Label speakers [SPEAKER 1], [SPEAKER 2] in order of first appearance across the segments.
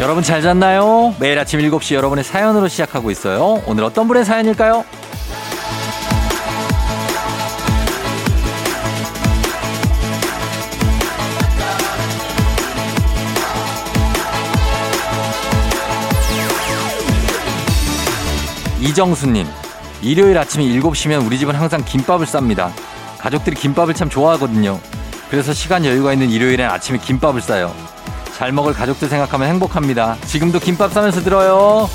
[SPEAKER 1] 여러분 잘 잤나요? 매일 아침 7시 여러분의 사연으로 시작하고 있어요. 오늘 어떤 분의 사연일까요? 2 정수님, 일요일 아침 7시면 우리 집은 항상 김밥을 쌉니다. 가족들이 김밥을 참 좋아하거든요. 그래서 시간 여유가 있는 일요일엔 아침에 김밥을 싸요. 잘 먹을 가족들 생각하면 행복합니다. 지금도 김밥 싸면서 들어요.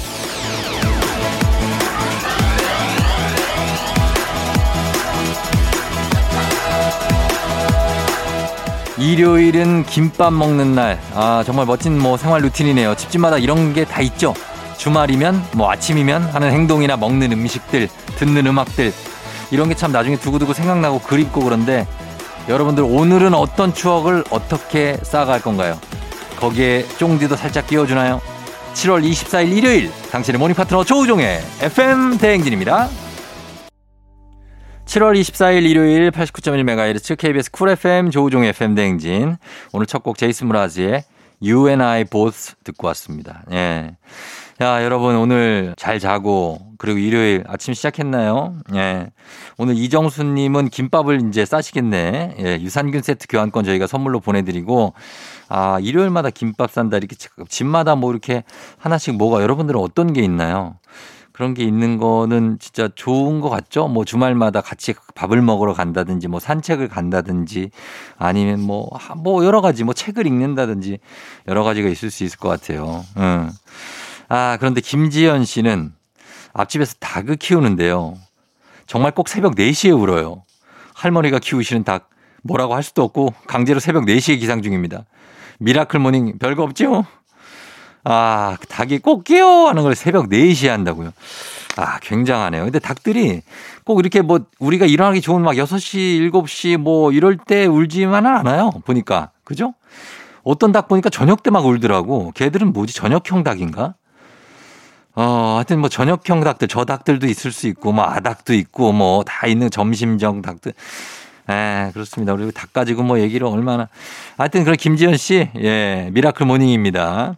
[SPEAKER 1] 일요일은 김밥 먹는 날. 아, 정말 멋진 뭐 생활 루틴이네요. 집집마다 이런 게 다 있죠. 주말이면 뭐 아침이면 하는 행동이나 먹는 음식들, 듣는 음악들. 이런 게 참 나중에 두고두고 생각나고 그립고 그런데 여러분들 오늘은 어떤 추억을 어떻게 쌓아갈 건가요? 거기에 쫑디도 살짝 끼워주나요? 7월 24일 일요일 당신의 모닝 파트너 조우종의 FM 대행진입니다. 7월 24일 일요일 89.1MHz KBS 쿨 FM 조우종의 FM 대행진 오늘 첫 곡 제이슨 브라지의 You and I Both 듣고 왔습니다. 예. 야, 여러분 오늘 잘 자고 그리고 일요일 아침 시작했나요? 예. 오늘 이정수 님은 김밥을 이제 싸시겠네. 예, 유산균 세트 교환권 저희가 선물로 보내 드리고 아, 일요일마다 김밥 산다 이렇게 집마다 뭐 이렇게 하나씩 뭐가 여러분들은 어떤 게 있나요? 그런 게 있는 거는 진짜 좋은 것 같죠? 뭐 주말마다 같이 밥을 먹으러 간다든지 뭐 산책을 간다든지 아니면 뭐, 하- 뭐 여러 가지 뭐 책을 읽는다든지 여러 가지가 있을 수 있을 것 같아요. 응. 아, 그런데 김지연 씨는 앞집에서 닭을 키우는데요. 정말 꼭 새벽 4시에 울어요. 할머니가 키우시는 닭 뭐라고 할 수도 없고 강제로 새벽 4시에 기상 중입니다. 미라클 모닝 별거 없죠? 아, 닭이 꼭 깨요 하는 걸 새벽 4시에 한다고요. 아, 굉장하네요. 근데 닭들이 꼭 이렇게 뭐 우리가 일어나기 좋은 막 6시, 7시 뭐 이럴 때 울지만은 않아요. 보니까. 그죠? 어떤 닭 보니까 저녁 때 막 울더라고. 걔들은 뭐지? 저녁형 닭인가? 어, 하여튼 뭐 저녁형 닭들, 저 닭들도 있을 수 있고, 뭐 아닭도 있고, 뭐 다 있는 점심정 닭들. 에, 그렇습니다. 우리 닭 가지고 뭐 얘기를 얼마나. 하여튼 그런 김지현 씨, 예, 미라클 모닝입니다.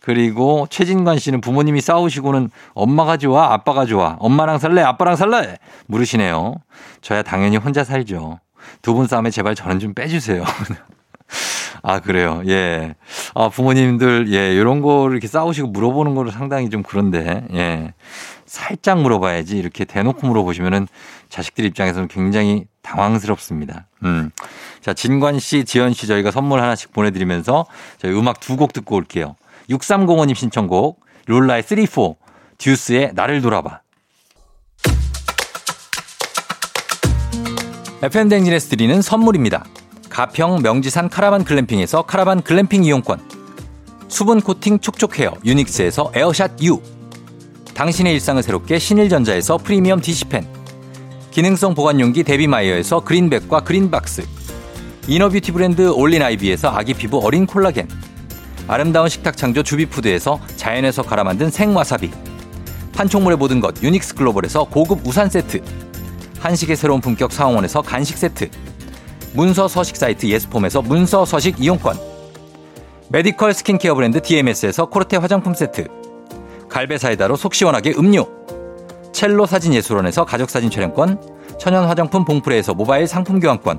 [SPEAKER 1] 그리고 최진관 씨는 부모님이 싸우시고는 엄마가 좋아, 아빠가 좋아, 엄마랑 살래, 아빠랑 살래 물으시네요. 저야 당연히 혼자 살죠. 두 분 싸움에 제발 저는 좀 빼주세요. 아 그래요. 예. 아 부모님들 예 이런 거를 이렇게 싸우시고 물어보는 거를 상당히 좀 그런데 예 살짝 물어봐야지 이렇게 대놓고 물어보시면은 자식들 입장에서는 굉장히 당황스럽습니다. 음. 자 진관 씨, 지현 씨 저희가 선물 하나씩 보내드리면서 저희 음악 두 곡 듣고 올게요. 6305님 신청곡 룰라의 3, 4 듀스의 나를 돌아봐. FM 댕진에서 드리는 선물입니다. 가평 명지산 카라반 글램핑에서 카라반 글램핑 이용권. 수분 코팅 촉촉 헤어 유닉스에서 에어샷 U. 당신의 일상을 새롭게 신일전자에서 프리미엄 디시펜. 기능성 보관용기 데비마이어에서 그린백과 그린박스. 이너뷰티 브랜드 올린아이비에서 아기 피부 어린 콜라겐. 아름다운 식탁 창조 주비푸드에서 자연에서 갈아 만든 생와사비. 판촉물의 모든 것 유닉스 글로벌에서 고급 우산 세트. 한식의 새로운 품격 사원에서 간식 세트 문서 서식 사이트 예스폼에서 문서 서식 이용권 메디컬 스킨케어 브랜드 DMS에서 코르테 화장품 세트 갈베사이다로 속 시원하게 음료 첼로 사진 예술원에서 가족사진 촬영권 천연 화장품 봉프레에서 모바일 상품 교환권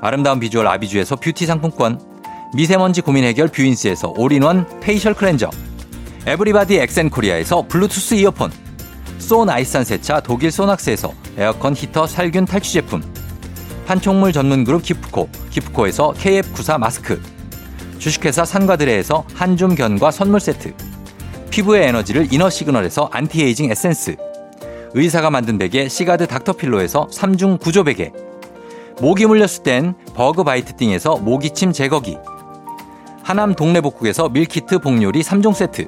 [SPEAKER 1] 아름다운 비주얼 아비주에서 뷰티 상품권 미세먼지 고민 해결 뷰인스에서 올인원 페이셜 클렌저 에브리바디 엑센코리아에서 블루투스 이어폰 소 나이산 세차 독일 소낙스에서 에어컨 히터 살균 탈취 제품 판촉물 전문 그룹 기프코 기프코에서 KF94 마스크 주식회사 산과드레에서 한줌 견과 선물 세트 피부의 에너지를 이너 시그널에서 안티에이징 에센스 의사가 만든 베개 시가드 닥터필로에서 3중 구조 베개 모기 물렸을 땐 버그바이트 띵에서 모기침 제거기 하남 동네복국에서 밀키트 복요리 3종 세트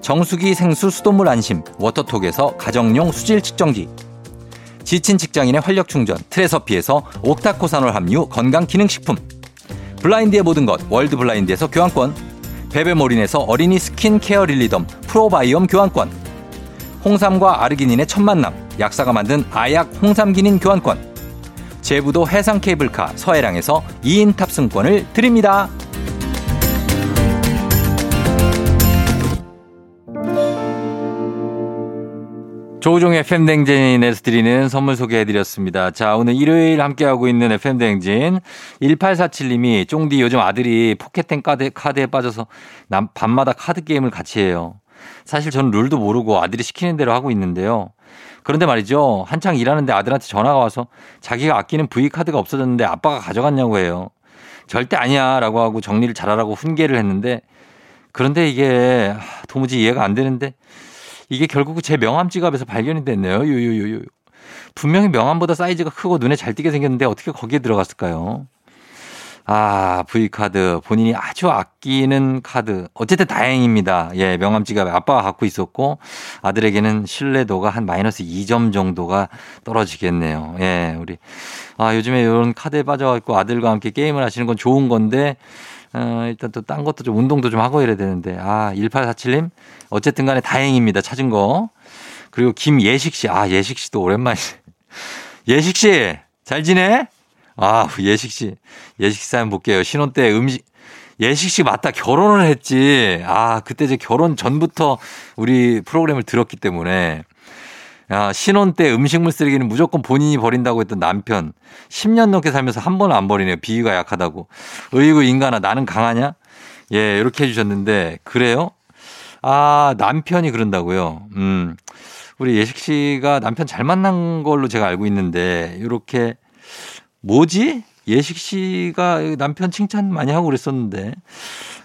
[SPEAKER 1] 정수기 생수 수돗물 안심 워터톡에서 가정용 수질 측정기 지친 직장인의 활력 충전 트레서피에서 옥타코산올 함유 건강 기능식품 블라인드의 모든 것 월드 블라인드에서 교환권 베베모린에서 어린이 스킨 케어 릴리덤 프로바이옴 교환권 홍삼과 아르기닌의 첫 만남 약사가 만든 아약 홍삼기닌 교환권 제부도 해상 케이블카 서해랑에서 2인 탑승권을 드립니다. 조우종의 FM댕진에서 드리는 선물 소개해드렸습니다. 자, 오늘 일요일 함께하고 있는 FM댕진. 1847님이 쫑디 요즘 아들이 포켓텐 카드, 카드에 빠져서 남, 밤마다 카드 게임을 같이 해요. 사실 저는 룰도 모르고 아들이 시키는 대로 하고 있는데요. 그런데 말이죠. 한창 일하는데 아들한테 전화가 와서 자기가 아끼는 V카드가 없어졌는데 아빠가 가져갔냐고 해요. 절대 아니야 라고 하고 정리를 잘하라고 훈계를 했는데 그런데 이게 하, 도무지 이해가 안 되는데 이게 결국 제 명함 지갑에서 발견이 됐네요. 유유유유. 분명히 명함보다 사이즈가 크고 눈에 잘 띄게 생겼는데 어떻게 거기에 들어갔을까요? 아, V카드. 본인이 아주 아끼는 카드. 어쨌든 다행입니다. 예, 명함 지갑에 아빠가 갖고 있었고 아들에게는 신뢰도가 한 마이너스 2점 정도가 떨어지겠네요. 예, 우리. 아, 요즘에 이런 카드에 빠져갖고 아들과 함께 게임을 하시는 건 좋은 건데 어, 일단 또 딴 것도 좀 운동도 좀 하고 이래야 되는데. 아, 1847님. 어쨌든 간에 다행입니다. 찾은 거. 그리고 김예식 씨. 아, 예식 씨도 오랜만이네. 예식 씨. 잘 지내? 아, 예식 씨. 예식 씨 사연 볼게요. 신혼 때 음식. 예식 씨 맞다. 결혼을 했지. 아, 그때 이제 결혼 전부터 우리 프로그램을 들었기 때문에. 야, 신혼 때 음식물 쓰레기는 무조건 본인이 버린다고 했던 남편. 10년 넘게 살면서 한 번은 안 버리네요. 비위가 약하다고. 으이구, 인간아, 나는 강하냐? 예, 이렇게 해주셨는데, 그래요? 아, 남편이 그런다고요. 음. 우리 예식 씨가 남편 잘 만난 걸로 제가 알고 있는데, 이렇게, 뭐지? 예식 씨가 남편 칭찬 많이 하고 그랬었는데,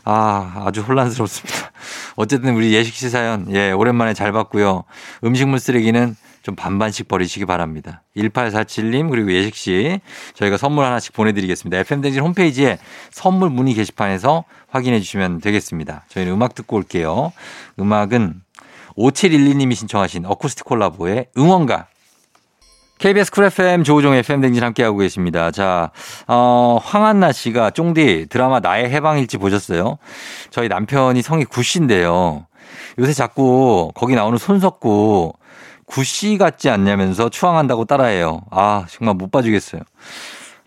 [SPEAKER 1] 아, 아주 혼란스럽습니다. 어쨌든 우리 예식 씨 사연, 예, 오랜만에 잘 봤고요. 음식물 쓰레기는 좀 반반씩 버리시기 바랍니다. 1847님, 그리고 예식 씨, 저희가 선물 하나씩 보내드리겠습니다. FM대진 홈페이지에 선물 문의 게시판에서 확인해 주시면 되겠습니다. 저희는 음악 듣고 올게요. 음악은 5712님이 신청하신 어쿠스틱 콜라보의 응원가 KBS 쿨 FM 조우종 FM 댕진 함께하고 계십니다. 자, 어, 황한나 씨가 쫑디 드라마 나의 해방일지 보셨어요? 저희 남편이 성이 구씨인데요. 요새 자꾸 거기 나오는 손석구 구씨 같지 않냐면서 추앙한다고 따라해요. 아, 정말 못 봐주겠어요.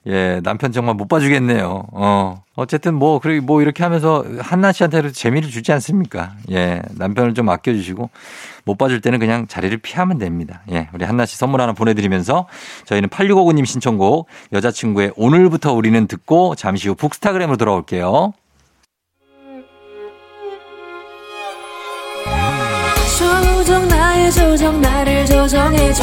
[SPEAKER 1] 예, 남편 정말 못 봐주겠네요. 어. 어쨌든 뭐, 그래, 뭐 이렇게 하면서 한나 씨한테도 재미를 주지 않습니까? 예, 남편을 좀 아껴주시고 못 봐줄 때는 그냥 자리를 피하면 됩니다. 예, 우리 한나 씨 선물 하나 보내드리면서 저희는 8659님 신청곡 여자친구의 오늘부터 우리는 듣고 잠시 후 북스타그램으로 돌아올게요.
[SPEAKER 2] 조정 나의 조정 나를 조정해줘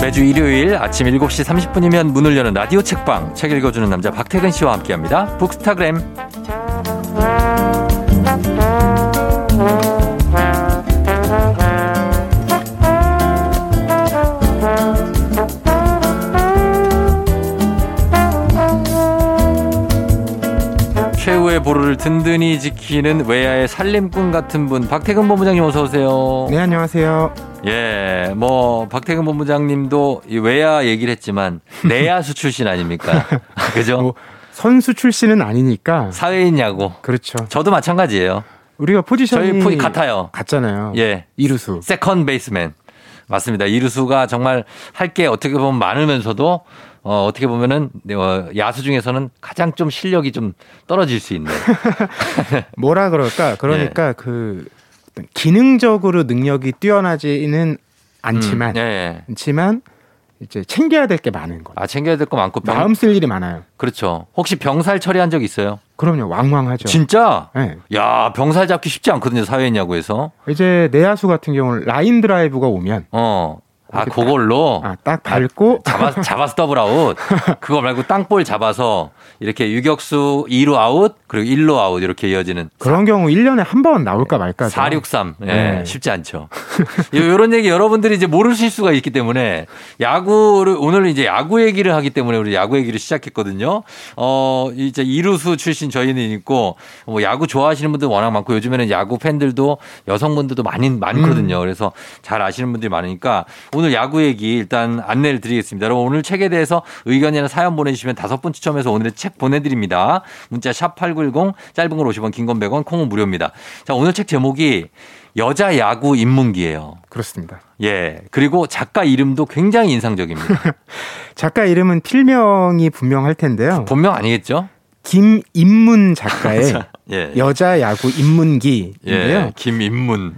[SPEAKER 1] 매주 일요일 아침 7시 30분이면 문을 여는 라디오 책방 책 읽어주는 남자 박태근 씨와 함께합니다. 북스타그램 최후의 보루를 든든히 지키는 외야의 살림꾼 같은 분 박태근 본부장님 어서 오세요.
[SPEAKER 3] 네 안녕하세요.
[SPEAKER 1] 예, 뭐 박태근 본부장님도 이 외야 얘기를 했지만 내야수 출신 아닙니까? 그죠?
[SPEAKER 3] 뭐 선수 출신은 아니니까
[SPEAKER 1] 사회인 야구.
[SPEAKER 3] 그렇죠.
[SPEAKER 1] 저도 마찬가지예요.
[SPEAKER 3] 우리가 포지션이
[SPEAKER 1] 저희 포이 같아요.
[SPEAKER 3] 같잖아요.
[SPEAKER 1] 예,
[SPEAKER 3] 이루수.
[SPEAKER 1] 세컨 베이스맨 맞습니다. 이루수가 정말 할 게 어떻게 보면 많으면서도 어, 어떻게 보면은 어, 야수 중에서는 가장 좀 실력이 좀 떨어질 수 있는.
[SPEAKER 3] 뭐라 그럴까? 그러니까
[SPEAKER 1] 예.
[SPEAKER 3] 그 어떤 기능적으로 능력이 뛰어나지는
[SPEAKER 1] 음,
[SPEAKER 3] 않지만,
[SPEAKER 1] 예, 예.
[SPEAKER 3] 않지만 이제 챙겨야 될 게 많은 거죠.
[SPEAKER 1] 아 챙겨야 될 거 많고 병
[SPEAKER 3] 마음 쓸 일이 많아요.
[SPEAKER 1] 그렇죠. 혹시 병살 처리한 적 있어요?
[SPEAKER 3] 그럼요, 왕왕하죠.
[SPEAKER 1] 진짜?
[SPEAKER 3] 예.
[SPEAKER 1] 야 병살 잡기 쉽지 않거든요 사회인 야구에서.
[SPEAKER 3] 이제 내야수 같은 경우는 라인 드라이브가 오면
[SPEAKER 1] 어. 아,
[SPEAKER 3] 이렇게
[SPEAKER 1] 그걸로
[SPEAKER 3] 딱, 아, 딱 밟고
[SPEAKER 1] 잡아, 네. 잡아서 더블 아웃. 그거 말고 땅볼 잡아서 이렇게 유격수 2루 아웃, 그리고 1루 아웃 이렇게 이어지는
[SPEAKER 3] 그런 경우 1년에 한 번 나올까 말까.
[SPEAKER 1] 463. 예,
[SPEAKER 3] 네.
[SPEAKER 1] 쉽지 않죠. 이런 얘기 여러분들이 이제 모르실 수가 있기 때문에 야구를 오늘 이제 야구 얘기를 하기 때문에 우리 야구 얘기를 시작했거든요. 어, 이제 이루수 출신 저희는 있고 뭐 야구 좋아하시는 분들 워낙 많고 요즘에는 야구 팬들도 여성분들도 많이 많거든요. 그래서 잘 아시는 분들이 많으니까 오늘 야구 얘기 일단 안내를 드리겠습니다. 여러분 오늘 책에 대해서 의견이나 사연 보내주시면 다섯 분 추첨해서 오늘의 책 보내드립니다. 문자 샵8910 짧은 걸 50원 긴 건 100원 콩은 무료입니다. 자 오늘 책 제목이 여자 야구 입문기예요.
[SPEAKER 3] 그렇습니다.
[SPEAKER 1] 예 그리고 작가 이름도 굉장히 인상적입니다.
[SPEAKER 3] 작가 이름은 필명이 분명할 텐데요.
[SPEAKER 1] 본명 아니겠죠?
[SPEAKER 3] 김인문 작가의
[SPEAKER 1] 예.
[SPEAKER 3] 여자 야구 인문기인데요.
[SPEAKER 1] 예, 김인문.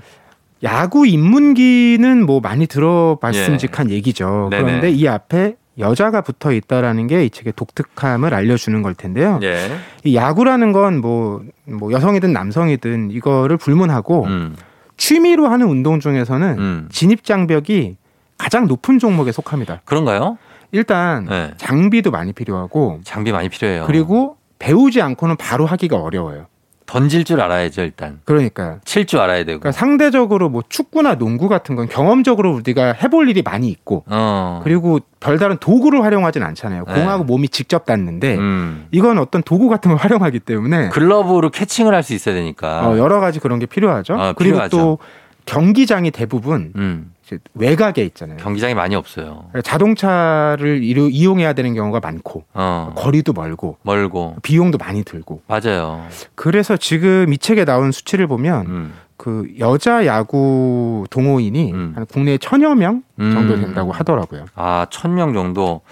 [SPEAKER 3] 야구 인문기는 뭐 많이 들어봤음직한 얘기죠.
[SPEAKER 1] 예. 네네.
[SPEAKER 3] 그런데 이 앞에 여자가 붙어 있다라는 게 이 책의 독특함을 알려주는 걸 텐데요.
[SPEAKER 1] 예.
[SPEAKER 3] 이 야구라는 건 뭐 뭐 여성이든 남성이든 이거를 불문하고
[SPEAKER 1] 음,
[SPEAKER 3] 취미로 하는 운동 중에서는
[SPEAKER 1] 음.
[SPEAKER 3] 진입 장벽이 가장 높은 종목에 속합니다.
[SPEAKER 1] 그런가요?
[SPEAKER 3] 일단
[SPEAKER 1] 예.
[SPEAKER 3] 장비도 많이 필요하고
[SPEAKER 1] 장비 많이 필요해요.
[SPEAKER 3] 그리고 배우지 않고는 바로 하기가 어려워요.
[SPEAKER 1] 던질 줄 알아야죠 일단.
[SPEAKER 3] 그러니까
[SPEAKER 1] 칠 줄 알아야 되고.
[SPEAKER 3] 그러니까 상대적으로 뭐 축구나 농구 같은 건 경험적으로 우리가 해볼 일이 많이 있고
[SPEAKER 1] 어.
[SPEAKER 3] 그리고 별다른 도구를 활용하진 않잖아요.
[SPEAKER 1] 네.
[SPEAKER 3] 공하고 몸이 직접 닿는데
[SPEAKER 1] 음. 그-
[SPEAKER 3] 이건 어떤 도구 같은 걸 활용하기 때문에
[SPEAKER 1] 글러브로 캐칭을 할 수 있어야 되니까.
[SPEAKER 3] 네. 어, 여러 가지 그런 게 필요하죠.
[SPEAKER 1] 아,
[SPEAKER 3] 그리고
[SPEAKER 1] 필요하죠.
[SPEAKER 3] 또 경기장이 대부분
[SPEAKER 1] 음.
[SPEAKER 3] 이제 외곽에 있잖아요.
[SPEAKER 1] 경기장이 많이 없어요.
[SPEAKER 3] 그러니까 자동차를 이루- 이용해야 되는 경우가 많고
[SPEAKER 1] 어.
[SPEAKER 3] 거리도 멀고
[SPEAKER 1] 멀고.
[SPEAKER 3] 비용도 많이 들고
[SPEAKER 1] 맞아요.
[SPEAKER 3] 그래서 지금 이 책에 나온 수치를 보면
[SPEAKER 1] 음.
[SPEAKER 3] 그 여자 야구 동호인이
[SPEAKER 1] 음.
[SPEAKER 3] 한 국내에 천여 명 정도
[SPEAKER 1] 음.
[SPEAKER 3] 된다고 하더라고요.
[SPEAKER 1] 아, 천 명 정도.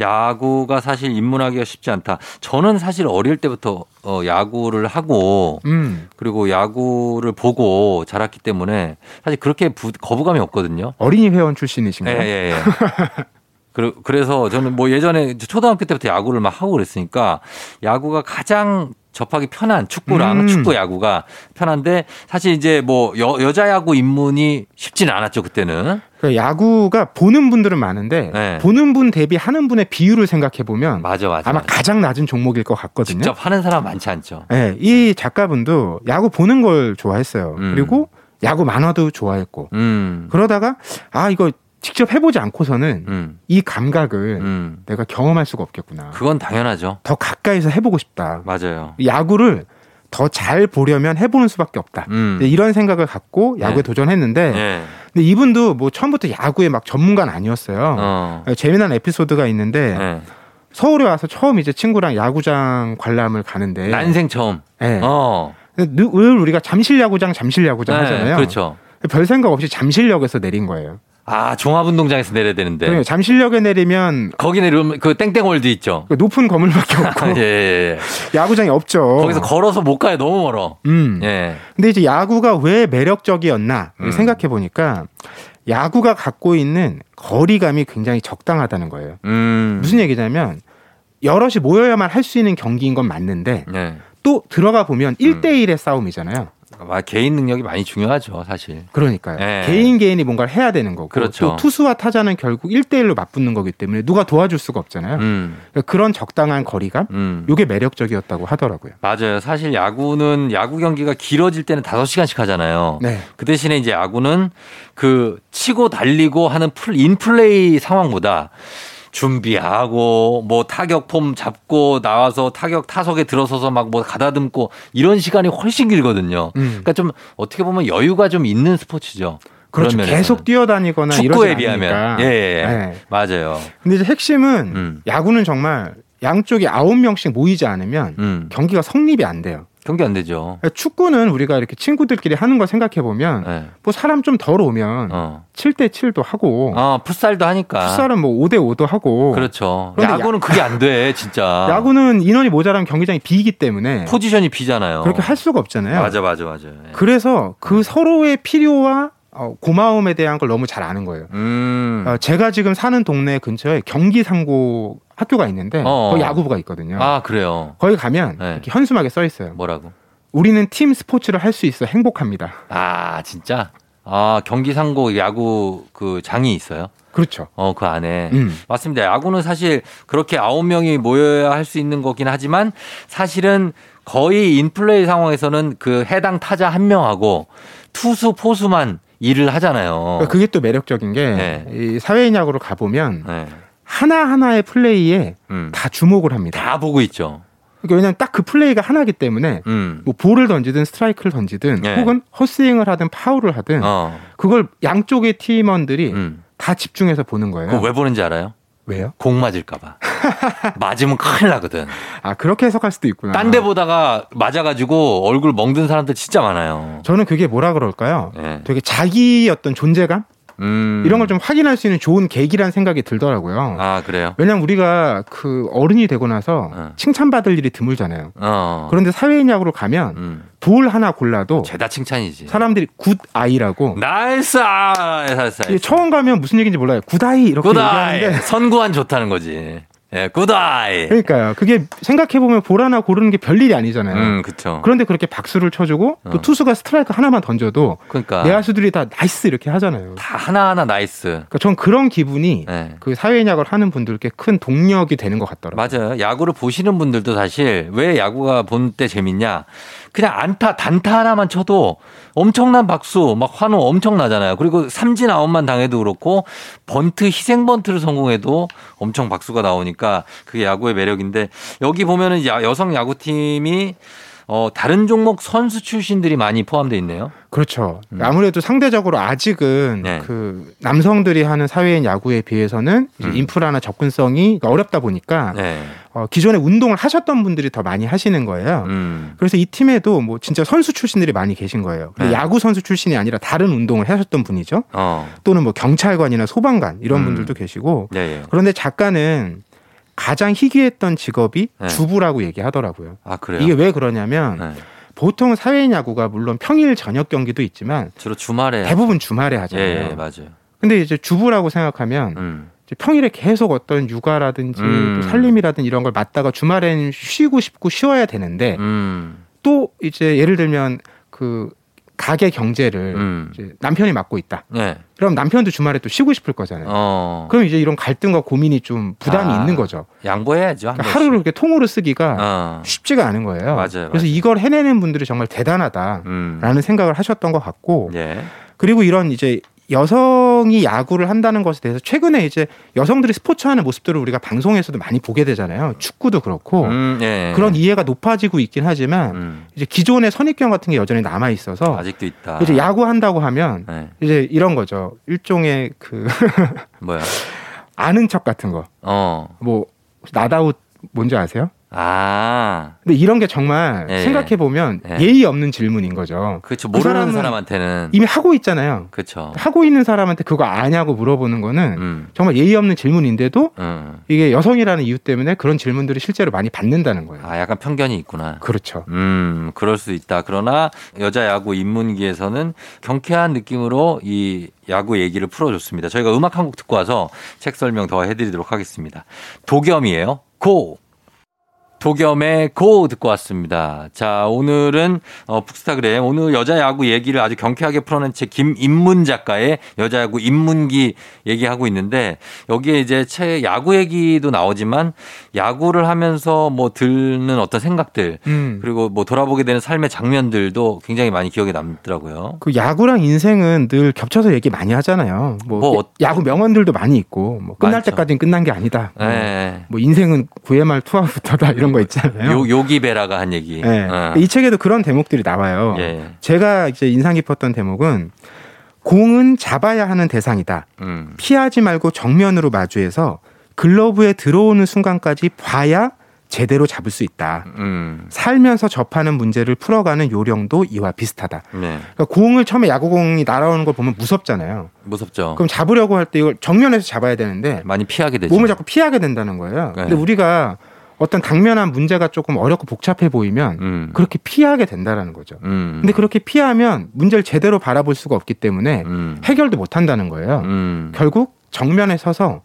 [SPEAKER 1] 야구가 사실 입문하기가 쉽지 않다. 저는 사실 어릴 때부터 어, 야구를 하고
[SPEAKER 3] 음.
[SPEAKER 1] 그리고 야구를 보고 자랐기 때문에 사실 그렇게 부- 거부감이 없거든요.
[SPEAKER 3] 어린이 회원
[SPEAKER 1] 예,
[SPEAKER 3] 출신이신가요?
[SPEAKER 1] 예, 예. 그러- 그래서 저는 뭐 예전에 초등학교 때부터 야구를 막 하고 그랬으니까 야구가 가장 접하기 편한 축구랑
[SPEAKER 3] 음.
[SPEAKER 1] 축구 야구가 편한데 사실 이제 뭐 여, 여자 야구 입문이 쉽지는 않았죠 그때는
[SPEAKER 3] 그러니까 야구가 보는 분들은 많은데
[SPEAKER 1] 네.
[SPEAKER 3] 보는 분 대비 하는 분의 비율을 생각해 보면
[SPEAKER 1] 맞아 맞아,
[SPEAKER 3] 아마
[SPEAKER 1] 맞아.
[SPEAKER 3] 가장 낮은 종목일 것 같거든요.
[SPEAKER 1] 직접 하는 사람 많지 않죠
[SPEAKER 3] 네, 이 작가분도 야구 보는 걸 좋아했어요.
[SPEAKER 1] 음.
[SPEAKER 3] 그리고 야구 만화도 좋아했고
[SPEAKER 1] 음,
[SPEAKER 3] 그러다가 아 이거 직접 해보지 않고서는
[SPEAKER 1] 음,
[SPEAKER 3] 이 감각을
[SPEAKER 1] 음.
[SPEAKER 3] 내가 경험할 수가 없겠구나.
[SPEAKER 1] 그건 당연하죠
[SPEAKER 3] 더 가까이서 해보고 싶다.
[SPEAKER 1] 맞아요
[SPEAKER 3] 야구를 더 잘 보려면 해보는 수밖에 없다.
[SPEAKER 1] 음.
[SPEAKER 3] 네, 이런 생각을 갖고 야구에
[SPEAKER 1] 네.
[SPEAKER 3] 도전했는데
[SPEAKER 1] 예.
[SPEAKER 3] 근데 이분도 뭐 처음부터 야구에 막 전문가는 아니었어요.
[SPEAKER 1] 어.
[SPEAKER 3] 재미난 에피소드가 있는데
[SPEAKER 1] 예.
[SPEAKER 3] 서울에 와서 처음 이제 친구랑 야구장 관람을 가는데
[SPEAKER 1] 난생 처음
[SPEAKER 3] 예.
[SPEAKER 1] 어
[SPEAKER 3] 근데 늘- 늘 우리가 잠실 야구장 잠실 야구장
[SPEAKER 1] 네,
[SPEAKER 3] 하잖아요.
[SPEAKER 1] 그렇죠
[SPEAKER 3] 별 생각 없이 잠실역에서 내린 거예요.
[SPEAKER 1] 아 종합운동장에서 내려야 되는데
[SPEAKER 3] 그러면 잠실역에 내리면
[SPEAKER 1] 거기 내려오면 그 땡땡월드 있죠
[SPEAKER 3] 그 높은 건물밖에 없고
[SPEAKER 1] 예, 예, 예.
[SPEAKER 3] 야구장이 없죠.
[SPEAKER 1] 거기서 걸어서 못 가요. 너무 멀어.
[SPEAKER 3] 음.
[SPEAKER 1] 예.
[SPEAKER 3] 근데 이제 야구가 왜 매력적이었나
[SPEAKER 1] 음.
[SPEAKER 3] 생각해 보니까 야구가 갖고 있는 거리감이 굉장히 적당하다는 거예요.
[SPEAKER 1] 음.
[SPEAKER 3] 무슨 얘기냐면 여럿이 모여야만 할 수 있는 경기인 건 맞는데
[SPEAKER 1] 예.
[SPEAKER 3] 또 들어가 보면
[SPEAKER 1] 음.
[SPEAKER 3] 1대1의 싸움이잖아요.
[SPEAKER 1] 아, 개인 능력이 많이 중요하죠, 사실.
[SPEAKER 3] 그러니까요.
[SPEAKER 1] 예.
[SPEAKER 3] 개인 개인이 뭔가를 해야 되는 거고
[SPEAKER 1] 그렇죠.
[SPEAKER 3] 또 투수와 타자는 결국 1대1로 맞붙는 거기 때문에 누가 도와줄 수가 없잖아요.
[SPEAKER 1] 음.
[SPEAKER 3] 그런 적당한 거리감
[SPEAKER 1] 음.
[SPEAKER 3] 요게 매력적이었다고 하더라고요.
[SPEAKER 1] 맞아요. 사실 야구는 야구 경기가 길어질 때는 5시간씩 하잖아요.
[SPEAKER 3] 네.
[SPEAKER 1] 그 대신에 이제 야구는 그 치고 달리고 하는 풀 인플레이 상황보다 준비하고 뭐 타격 폼 잡고 나와서 타격 타석에 들어서서 막 뭐 가다듬고 이런 시간이 훨씬 길거든요.
[SPEAKER 3] 음.
[SPEAKER 1] 그러니까 좀 어떻게 보면 여유가 좀 있는 스포츠죠. 그런
[SPEAKER 3] 그렇죠.
[SPEAKER 1] 면에서는.
[SPEAKER 3] 계속 뛰어다니거나
[SPEAKER 1] 축구에
[SPEAKER 3] 이러지 않으니까.
[SPEAKER 1] 비하면 예, 예, 예.
[SPEAKER 3] 네.
[SPEAKER 1] 맞아요.
[SPEAKER 3] 근데 이제 핵심은
[SPEAKER 1] 음.
[SPEAKER 3] 야구는 정말 양쪽이 아홉 명씩 모이지 않으면
[SPEAKER 1] 음.
[SPEAKER 3] 경기가 성립이 안 돼요.
[SPEAKER 1] 경기 안 되죠.
[SPEAKER 3] 그러니까 축구는 우리가 이렇게 친구들끼리 하는 걸 생각해 보면
[SPEAKER 1] 예.
[SPEAKER 3] 뭐 사람 좀 덜 오면
[SPEAKER 1] 어.
[SPEAKER 3] 칠 대칠도 하고
[SPEAKER 1] 아, 풋살도 하니까.
[SPEAKER 3] 음. 풋살은 뭐 5대 5도 하고
[SPEAKER 1] 그렇죠.
[SPEAKER 3] 그런데
[SPEAKER 1] 야구는 그게 안 돼, 진짜.
[SPEAKER 3] 야구는 인원이 모자라면 경기장이 비기 때문에
[SPEAKER 1] 포지션이 비잖아요.
[SPEAKER 3] 그렇게 할 수가 없잖아요.
[SPEAKER 1] 맞아, 맞아, 맞아. 예.
[SPEAKER 3] 그래서 그 서로의 필요와 어, 고마움에 대한 걸 너무 잘 아는 거예요.
[SPEAKER 1] 음.
[SPEAKER 3] 어, 제가 지금 사는 동네 근처에 경기 상고 학교가 있는데
[SPEAKER 1] 어어.
[SPEAKER 3] 거기 야구부가 있거든요.
[SPEAKER 1] 아, 그래요.
[SPEAKER 3] 거기 가면
[SPEAKER 1] 네.
[SPEAKER 3] 이렇게 현수막에 써 있어요.
[SPEAKER 1] 뭐라고?
[SPEAKER 3] 우리는 팀 스포츠를 할 수 있어 행복합니다.
[SPEAKER 1] 아, 진짜? 아, 경기 상고 야구 그 장이 있어요?
[SPEAKER 3] 그렇죠.
[SPEAKER 1] 어, 그 안에.
[SPEAKER 3] 음.
[SPEAKER 1] 맞습니다. 야구는 사실 그렇게 아홉 명이 모여야 할 수 있는 거긴 하지만 사실은 거의 인플레이 상황에서는 그 해당 타자 한 명하고 투수, 포수만 일을 하잖아요.
[SPEAKER 3] 그러니까 그게 또 매력적인 게
[SPEAKER 1] 어. 네.
[SPEAKER 3] 이 사회인 야구로 가보면
[SPEAKER 1] 네.
[SPEAKER 3] 하나하나의 플레이에
[SPEAKER 1] 음.
[SPEAKER 3] 다 주목을 합니다.
[SPEAKER 1] 다 보고 있죠.
[SPEAKER 3] 그러니까 왜냐하면 딱 그 플레이가 하나기 때문에
[SPEAKER 1] 음.
[SPEAKER 3] 뭐 볼을 던지든 스트라이크를 던지든
[SPEAKER 1] 네.
[SPEAKER 3] 혹은 헛스윙을 하든 파울을 하든
[SPEAKER 1] 어.
[SPEAKER 3] 그걸 양쪽의 팀원들이
[SPEAKER 1] 음.
[SPEAKER 3] 다 집중해서 보는 거예요.
[SPEAKER 1] 그거 왜 보는지 알아요?
[SPEAKER 3] 왜요?
[SPEAKER 1] 공 맞을까봐. 맞으면 큰일 나거든.
[SPEAKER 3] 아 그렇게 해석할 수도
[SPEAKER 1] 음.
[SPEAKER 3] 있구나.
[SPEAKER 1] 딴 데 보다가 맞아가지고 얼굴 멍든 사람들 진짜 많아요.
[SPEAKER 3] 저는 그게 뭐라 그럴까요?
[SPEAKER 1] 예.
[SPEAKER 3] 되게 자기 어떤 존재감
[SPEAKER 1] 음.
[SPEAKER 3] 이런 걸 좀 확인할 수 있는 좋은 계기란 생각이 들더라고요.
[SPEAKER 1] 아, 그래요?
[SPEAKER 3] 왜냐면 우리가 그 어른이 되고 나서
[SPEAKER 1] 네.
[SPEAKER 3] 칭찬받을 일이 드물잖아요.
[SPEAKER 1] 어.
[SPEAKER 3] 그런데 사회인 야구로 가면
[SPEAKER 1] 음.
[SPEAKER 3] 볼 하나 골라도
[SPEAKER 1] 죄다 칭찬이지.
[SPEAKER 3] 사람들이 굿 아이라고
[SPEAKER 1] 네. 나이스! 아, 나이스,
[SPEAKER 3] 이게
[SPEAKER 1] 나이스.
[SPEAKER 3] 처음 가면 무슨 얘기인지 몰라요. 굿 아이 이렇게
[SPEAKER 1] 굿아이!
[SPEAKER 3] 얘기하는데
[SPEAKER 1] 선구안 좋다는 거지. 예, 굿아이!
[SPEAKER 3] 그러니까요. 그게 생각해 보면 볼 하나 고르는 게 별일이 아니잖아요.
[SPEAKER 1] 음, 그쵸.
[SPEAKER 3] 그런데 그렇게 박수를 쳐주고
[SPEAKER 1] 어.
[SPEAKER 3] 또 투수가 스트라이크 하나만 던져도
[SPEAKER 1] 그러니까.
[SPEAKER 3] 내야수들이 다 나이스 이렇게 하잖아요.
[SPEAKER 1] 다 하나하나 나이스.
[SPEAKER 3] 그러니까 전 그런 기분이
[SPEAKER 1] 예.
[SPEAKER 3] 그 사회인 야구를 하는 분들께 큰 동력이 되는 것 같더라고요.
[SPEAKER 1] 맞아요. 야구를 보시는 분들도 사실 왜 야구가 본 때 재밌냐. 그냥 안타, 단타 하나만 쳐도 엄청난 박수, 막 환호 엄청나잖아요. 그리고 삼진 아웃만 당해도 그렇고 번트, 희생번트를 성공해도 엄청 박수가 나오니까 그게 야구의 매력인데 여기 보면은 야- 여성 야구팀이 어, 다른 종목 선수 출신들이 많이 포함되어 있네요.
[SPEAKER 3] 그렇죠.
[SPEAKER 1] 음.
[SPEAKER 3] 아무래도 상대적으로 아직은
[SPEAKER 1] 네.
[SPEAKER 3] 그 남성들이 하는 사회인 야구에 비해서는 이제
[SPEAKER 1] 음.
[SPEAKER 3] 인프라나 접근성이 그러니까 어렵다 보니까
[SPEAKER 1] 네.
[SPEAKER 3] 어, 기존에 운동을 하셨던 분들이 더 많이 하시는 거예요.
[SPEAKER 1] 음.
[SPEAKER 3] 그래서 이 팀에도 뭐 진짜 선수 출신들이 많이 계신 거예요. 근데
[SPEAKER 1] 네.
[SPEAKER 3] 야구 선수 출신이 아니라 다른 운동을 하셨던 분이죠.
[SPEAKER 1] 어.
[SPEAKER 3] 또는 뭐 경찰관이나 소방관 이런
[SPEAKER 1] 음.
[SPEAKER 3] 분들도 계시고
[SPEAKER 1] 예, 예.
[SPEAKER 3] 그런데 작가는 가장 희귀했던 직업이
[SPEAKER 1] 네.
[SPEAKER 3] 주부라고 얘기하더라고요.
[SPEAKER 1] 아, 그래요?
[SPEAKER 3] 이게 왜 그러냐면
[SPEAKER 1] 네.
[SPEAKER 3] 보통 사회인 야구가 물론 평일 저녁 경기도 있지만
[SPEAKER 1] 주로 주말에.
[SPEAKER 3] 대부분 주말에
[SPEAKER 1] 예,
[SPEAKER 3] 하잖아요.
[SPEAKER 1] 예, 맞아요.
[SPEAKER 3] 근데 이제 주부라고 생각하면
[SPEAKER 1] 음.
[SPEAKER 3] 이제 평일에 계속 어떤 육아라든지
[SPEAKER 1] 음.
[SPEAKER 3] 또 살림이라든지 이런 걸 맡다가 주말엔 쉬고 싶고 쉬어야 되는데
[SPEAKER 1] 음.
[SPEAKER 3] 또 이제 예를 들면 그 가게 경제를
[SPEAKER 1] 음.
[SPEAKER 3] 이제 남편이 맡고 있다.
[SPEAKER 1] 네.
[SPEAKER 3] 그럼 남편도 주말에 또 쉬고 싶을 거잖아요.
[SPEAKER 1] 어.
[SPEAKER 3] 그럼 이제 이런 갈등과 고민이 좀 부담이
[SPEAKER 1] 아,
[SPEAKER 3] 있는 거죠.
[SPEAKER 1] 양보해야죠. 한
[SPEAKER 3] 그러니까 하루를
[SPEAKER 1] 번씩.
[SPEAKER 3] 이렇게 통으로 쓰기가
[SPEAKER 1] 어.
[SPEAKER 3] 쉽지가 않은 거예요.
[SPEAKER 1] 맞아요,
[SPEAKER 3] 그래서 이걸 해내는 분들이 정말 대단하다라는
[SPEAKER 1] 음.
[SPEAKER 3] 생각을 하셨던 것 같고
[SPEAKER 1] 예.
[SPEAKER 3] 그리고 이런 이제 여성이 야구를 한다는 것에 대해서 최근에 이제 여성들이 스포츠 하는 모습들을 우리가 방송에서도 많이 보게 되잖아요. 축구도 그렇고
[SPEAKER 1] 음, 예.
[SPEAKER 3] 어. 그런 이해가 높아지고 있긴 하지만
[SPEAKER 1] 음.
[SPEAKER 3] 이제 기존의 선입견 같은 게 여전히 남아 있어서
[SPEAKER 1] 아직도 있다.
[SPEAKER 3] 이제 야구 한다고 하면
[SPEAKER 1] 예.
[SPEAKER 3] 이제 이런 거죠. 일종의 그
[SPEAKER 1] 뭐야?
[SPEAKER 3] 아는 척 같은 거.
[SPEAKER 1] 어.
[SPEAKER 3] 뭐 나다웃 뭔지 아세요?
[SPEAKER 1] 아.
[SPEAKER 3] 근데 이런 게 정말
[SPEAKER 1] 예,
[SPEAKER 3] 생각해 보면
[SPEAKER 1] 예. 음.
[SPEAKER 3] 예의 없는 질문인 거죠.
[SPEAKER 1] 그렇죠.
[SPEAKER 3] 그
[SPEAKER 1] 모르는
[SPEAKER 3] 사람은
[SPEAKER 1] 사람한테는
[SPEAKER 3] 이미 하고 있잖아요.
[SPEAKER 1] 그렇죠.
[SPEAKER 3] 하고 있는 사람한테 그거 아냐고 물어보는 거는
[SPEAKER 1] 음.
[SPEAKER 3] 정말 예의 없는 질문인데도
[SPEAKER 1] 음.
[SPEAKER 3] 이게 여성이라는 이유 때문에 그런 질문들이 실제로 많이 받는다는 거예요.
[SPEAKER 1] 아, 약간 편견이 있구나.
[SPEAKER 3] 그렇죠.
[SPEAKER 1] 음, 그럴 수 있다. 그러나 여자 야구 입문기에서는 경쾌한 느낌으로 이 야구 얘기를 풀어줬습니다. 저희가 음악 한 곡 듣고 와서 책 설명 더 해드리도록 하겠습니다. 도겸이에요. 고! 도겸의 고 듣고 왔습니다. 자, 오늘은 어, 북스타그램 오늘 여자 야구 얘기를 아주 경쾌하게 풀어낸 책 김인문 작가의 여자 야구 입문기 얘기하고 있는데 여기에 이제 채 야구 얘기도 나오지만 야구를 하면서 뭐 드는 어떤 생각들
[SPEAKER 3] 음.
[SPEAKER 1] 그리고 뭐 돌아보게 되는 삶의 장면들도 굉장히 많이 기억에 남더라고요.
[SPEAKER 3] 그 야구랑 인생은 늘 겹쳐서 얘기 많이 하잖아요. 뭐,
[SPEAKER 1] 뭐 어-
[SPEAKER 3] 야구 명언들도 많이 있고 뭐 끝날
[SPEAKER 1] 많죠.
[SPEAKER 3] 때까지는 끝난 게 아니다.
[SPEAKER 1] 예. 네.
[SPEAKER 3] 뭐 인생은 구회말 투아부터다 이런 거 있잖아요.
[SPEAKER 1] 요 요기베라가 한 얘기.
[SPEAKER 3] 예.
[SPEAKER 1] 어.
[SPEAKER 3] 네. 이 책에도 그런 대목들이 나와요.
[SPEAKER 1] 예.
[SPEAKER 3] 제가 이제 인상 깊었던 대목은 공은 잡아야 하는 대상이다.
[SPEAKER 1] 음.
[SPEAKER 3] 피하지 말고 정면으로 마주해서 글러브에 들어오는 순간까지 봐야 제대로 잡을 수 있다.
[SPEAKER 1] 음.
[SPEAKER 3] 살면서 접하는 문제를 풀어가는 요령도 이와 비슷하다.
[SPEAKER 1] 네.
[SPEAKER 3] 그러니까 공을 처음에 야구공이 날아오는 걸 보면 무섭잖아요.
[SPEAKER 1] 무섭죠.
[SPEAKER 3] 그럼 잡으려고 할 때 이걸 정면에서 잡아야 되는데
[SPEAKER 1] 많이 피하게 되죠.
[SPEAKER 3] 몸을 자꾸 피하게 된다는 거예요.
[SPEAKER 1] 네.
[SPEAKER 3] 근데 우리가 어떤 당면한 문제가 조금 어렵고 복잡해 보이면
[SPEAKER 1] 음.
[SPEAKER 3] 그렇게 피하게 된다라는 거죠.
[SPEAKER 1] 음.
[SPEAKER 3] 근데 그렇게 피하면 문제를 제대로 바라볼 수가 없기 때문에
[SPEAKER 1] 음.
[SPEAKER 3] 해결도 못 한다는 거예요.
[SPEAKER 1] 음.
[SPEAKER 3] 결국 정면에 서서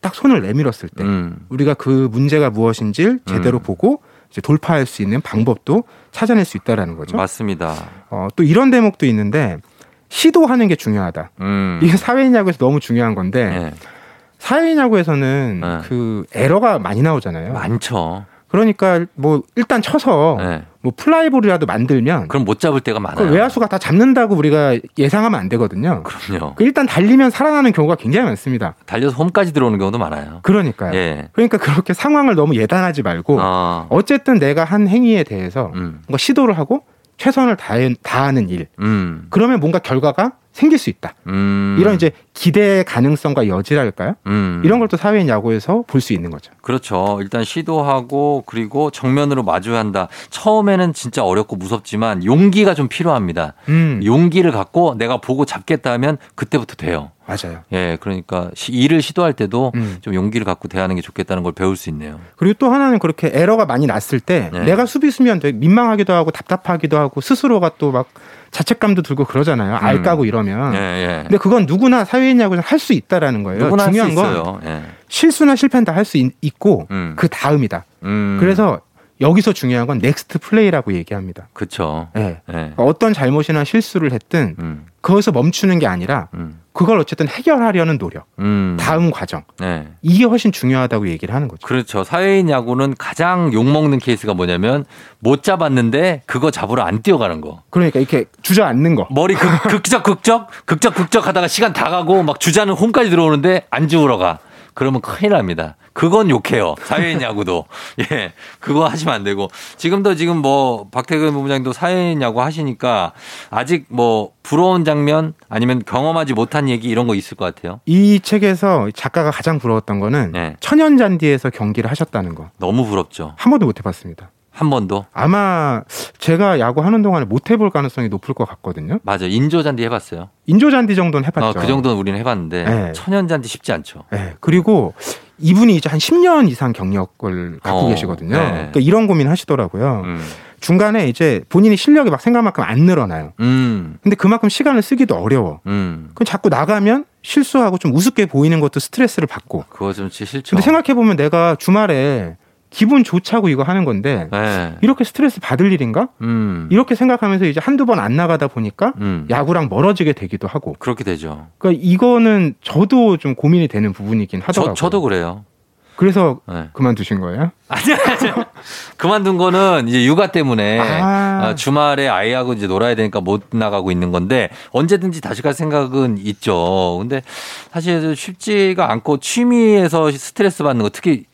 [SPEAKER 3] 딱 손을 내밀었을 때
[SPEAKER 1] 음.
[SPEAKER 3] 우리가 그 문제가 무엇인지 제대로 보고 이제 돌파할 수 있는 방법도 찾아낼 수 있다라는 거죠.
[SPEAKER 1] 맞습니다.
[SPEAKER 3] 어, 또 이런 대목도 있는데 시도하는 게 중요하다.
[SPEAKER 1] 음.
[SPEAKER 3] 이게 네. 사회인 야구에서 너무 중요한 건데
[SPEAKER 1] 예.
[SPEAKER 3] 사회인 야구에서는
[SPEAKER 1] 네.
[SPEAKER 3] 그 에러가 많이 나오잖아요.
[SPEAKER 1] 많죠.
[SPEAKER 3] 그러니까 뭐 일단 쳐서
[SPEAKER 1] 예.
[SPEAKER 3] 뭐 플라이볼이라도 만들면
[SPEAKER 1] 그럼 못 잡을 때가
[SPEAKER 3] 그
[SPEAKER 1] 많아요. 그렇죠.
[SPEAKER 3] 외야수가 다 잡는다고 우리가 예상하면 안 되거든요.
[SPEAKER 1] 그럼요. 그
[SPEAKER 3] 그 일단 달리면 살아나는 경우가 굉장히 많습니다.
[SPEAKER 1] 달려서 홈까지 들어오는 경우도 많아요.
[SPEAKER 3] 그러니까요.
[SPEAKER 1] 예.
[SPEAKER 3] 그러니까 그렇게 상황을 너무 예단하지 말고
[SPEAKER 1] 어.
[SPEAKER 3] 어쨌든 내가 한 행위에 대해서
[SPEAKER 1] 음.
[SPEAKER 3] 뭔가 시도를 하고 최선을 다해- 다하는 일.
[SPEAKER 1] 음.
[SPEAKER 3] 그러면 뭔가 결과가 생길 수 있다.
[SPEAKER 1] 음.
[SPEAKER 3] 이런 이제 기대의 가능성과 여지랄까요?
[SPEAKER 1] 음.
[SPEAKER 3] 이런 걸 또 사회인 야구에서 볼 수 있는 거죠.
[SPEAKER 1] 그렇죠. 일단 시도하고 그리고 정면으로 마주해야 한다. 처음에는 진짜 어렵고 무섭지만 용기가 좀 필요합니다.
[SPEAKER 3] 음,
[SPEAKER 1] 용기를 갖고 내가 보고 잡겠다 하면 그때부터 돼요.
[SPEAKER 3] 맞아요.
[SPEAKER 1] 예, 그러니까 시- 일을 시도할 때도
[SPEAKER 3] 음.
[SPEAKER 1] 좀 용기를 갖고 대하는 게 좋겠다는 걸 배울 수 있네요.
[SPEAKER 3] 그리고 또 하나는 그렇게 에러가 많이 났을 때
[SPEAKER 1] 네.
[SPEAKER 3] 내가 수비수면 되게 민망하기도 하고 답답하기도 하고 스스로가 또 막 자책감도 들고 그러잖아요.
[SPEAKER 1] 음.
[SPEAKER 3] 알 까고 이러면.
[SPEAKER 1] 예, 예.
[SPEAKER 3] 근데 그건 누구나 사회인 야구에서 할 수 있다라는 거예요.
[SPEAKER 1] 누구나 할수
[SPEAKER 3] 중요한 건
[SPEAKER 1] 있어요. 예.
[SPEAKER 3] 실수나 실패는 다 할 수 있고
[SPEAKER 1] 음.
[SPEAKER 3] 그 다음이다.
[SPEAKER 1] 음.
[SPEAKER 3] 그래서 여기서 중요한 건 넥스트 플레이라고 얘기합니다.
[SPEAKER 1] 그쵸.
[SPEAKER 3] 예.
[SPEAKER 1] 예.
[SPEAKER 3] 어떤 잘못이나 실수를 했든
[SPEAKER 1] 음.
[SPEAKER 3] 거기서 멈추는 게 아니라
[SPEAKER 1] 음.
[SPEAKER 3] 그걸 어쨌든 해결하려는 노력,
[SPEAKER 1] 음.
[SPEAKER 3] 다음 과정
[SPEAKER 1] 예.
[SPEAKER 3] 이게 훨씬 중요하다고 얘기를 하는 거죠.
[SPEAKER 1] 그렇죠. 사회인 야구는 가장 욕먹는 케이스가 뭐냐면 못 잡았는데 그거 잡으러 안 뛰어가는 거.
[SPEAKER 3] 그러니까 이렇게 주저앉는 거.
[SPEAKER 1] 머리 그, 극, 극적 극적 극적 극적 하다가 시간 다 가고 막 주자는 홈까지 들어오는데 안 주우러 가. 그러면 큰일 납니다. 그건 욕해요. 사회인 야구도. 예. 그거 하시면 안 되고. 지금도 지금 뭐 박태근 본부장도 사회인 야구 하시니까 아직 뭐 부러운 장면 아니면 경험하지 못한 얘기 이런 거 있을 것 같아요.
[SPEAKER 3] 이 책에서 작가가 가장 부러웠던 거는
[SPEAKER 1] 네.
[SPEAKER 3] 천연잔디에서 경기를 하셨다는 거.
[SPEAKER 1] 너무 부럽죠.
[SPEAKER 3] 한 번도 못 해봤습니다.
[SPEAKER 1] 한 번도.
[SPEAKER 3] 아마 제가 야구하는 동안에 못 해볼 가능성이 높을 것 같거든요.
[SPEAKER 1] 맞아. 인조잔디 해봤어요.
[SPEAKER 3] 인조잔디 아, 정도는 해봤죠.
[SPEAKER 1] 어, 그 정도는 우리는 해봤는데
[SPEAKER 3] 네.
[SPEAKER 1] 천연잔디 쉽지 않죠.
[SPEAKER 3] 예, 그리고 이분이 이제 한 10년 이상 경력을 갖고
[SPEAKER 1] 어,
[SPEAKER 3] 계시거든요.
[SPEAKER 1] 네.
[SPEAKER 3] 그러니까 이런 고민 하시더라고요.
[SPEAKER 1] 음.
[SPEAKER 3] 중간에 이제 본인이 실력이 막 생각만큼 안 늘어나요.
[SPEAKER 1] 음.
[SPEAKER 3] 근데 그만큼 시간을 쓰기도 어려워.
[SPEAKER 1] 음.
[SPEAKER 3] 그럼 자꾸 나가면 실수하고 좀 우습게 보이는 것도 스트레스를 받고.
[SPEAKER 1] 그거 좀 싫죠.
[SPEAKER 3] 근데 생각해보면 내가 주말에 기분 좋자고 이거 하는 건데
[SPEAKER 1] 네.
[SPEAKER 3] 이렇게 스트레스 받을 일인가?
[SPEAKER 1] 음.
[SPEAKER 3] 이렇게 생각하면서 이제 한두 번 안 나가다 보니까
[SPEAKER 1] 음.
[SPEAKER 3] 야구랑 멀어지게 되기도 하고.
[SPEAKER 1] 그렇게 되죠.
[SPEAKER 3] 그러니까 이거는 저도 좀 고민이 되는 부분이긴 하더라고요.
[SPEAKER 1] 저, 저도 그래요.
[SPEAKER 3] 그래서
[SPEAKER 1] 네.
[SPEAKER 3] 그만두신 거예요?
[SPEAKER 1] 아니, 아니. 그만둔 거는 이제 육아 때문에
[SPEAKER 3] 아.
[SPEAKER 1] 아, 주말에 아이하고 이제 놀아야 되니까 못 나가고 있는 건데 언제든지 다시 갈 생각은 있죠. 근데 사실 쉽지가 않고 취미에서 스트레스 받는 거 특히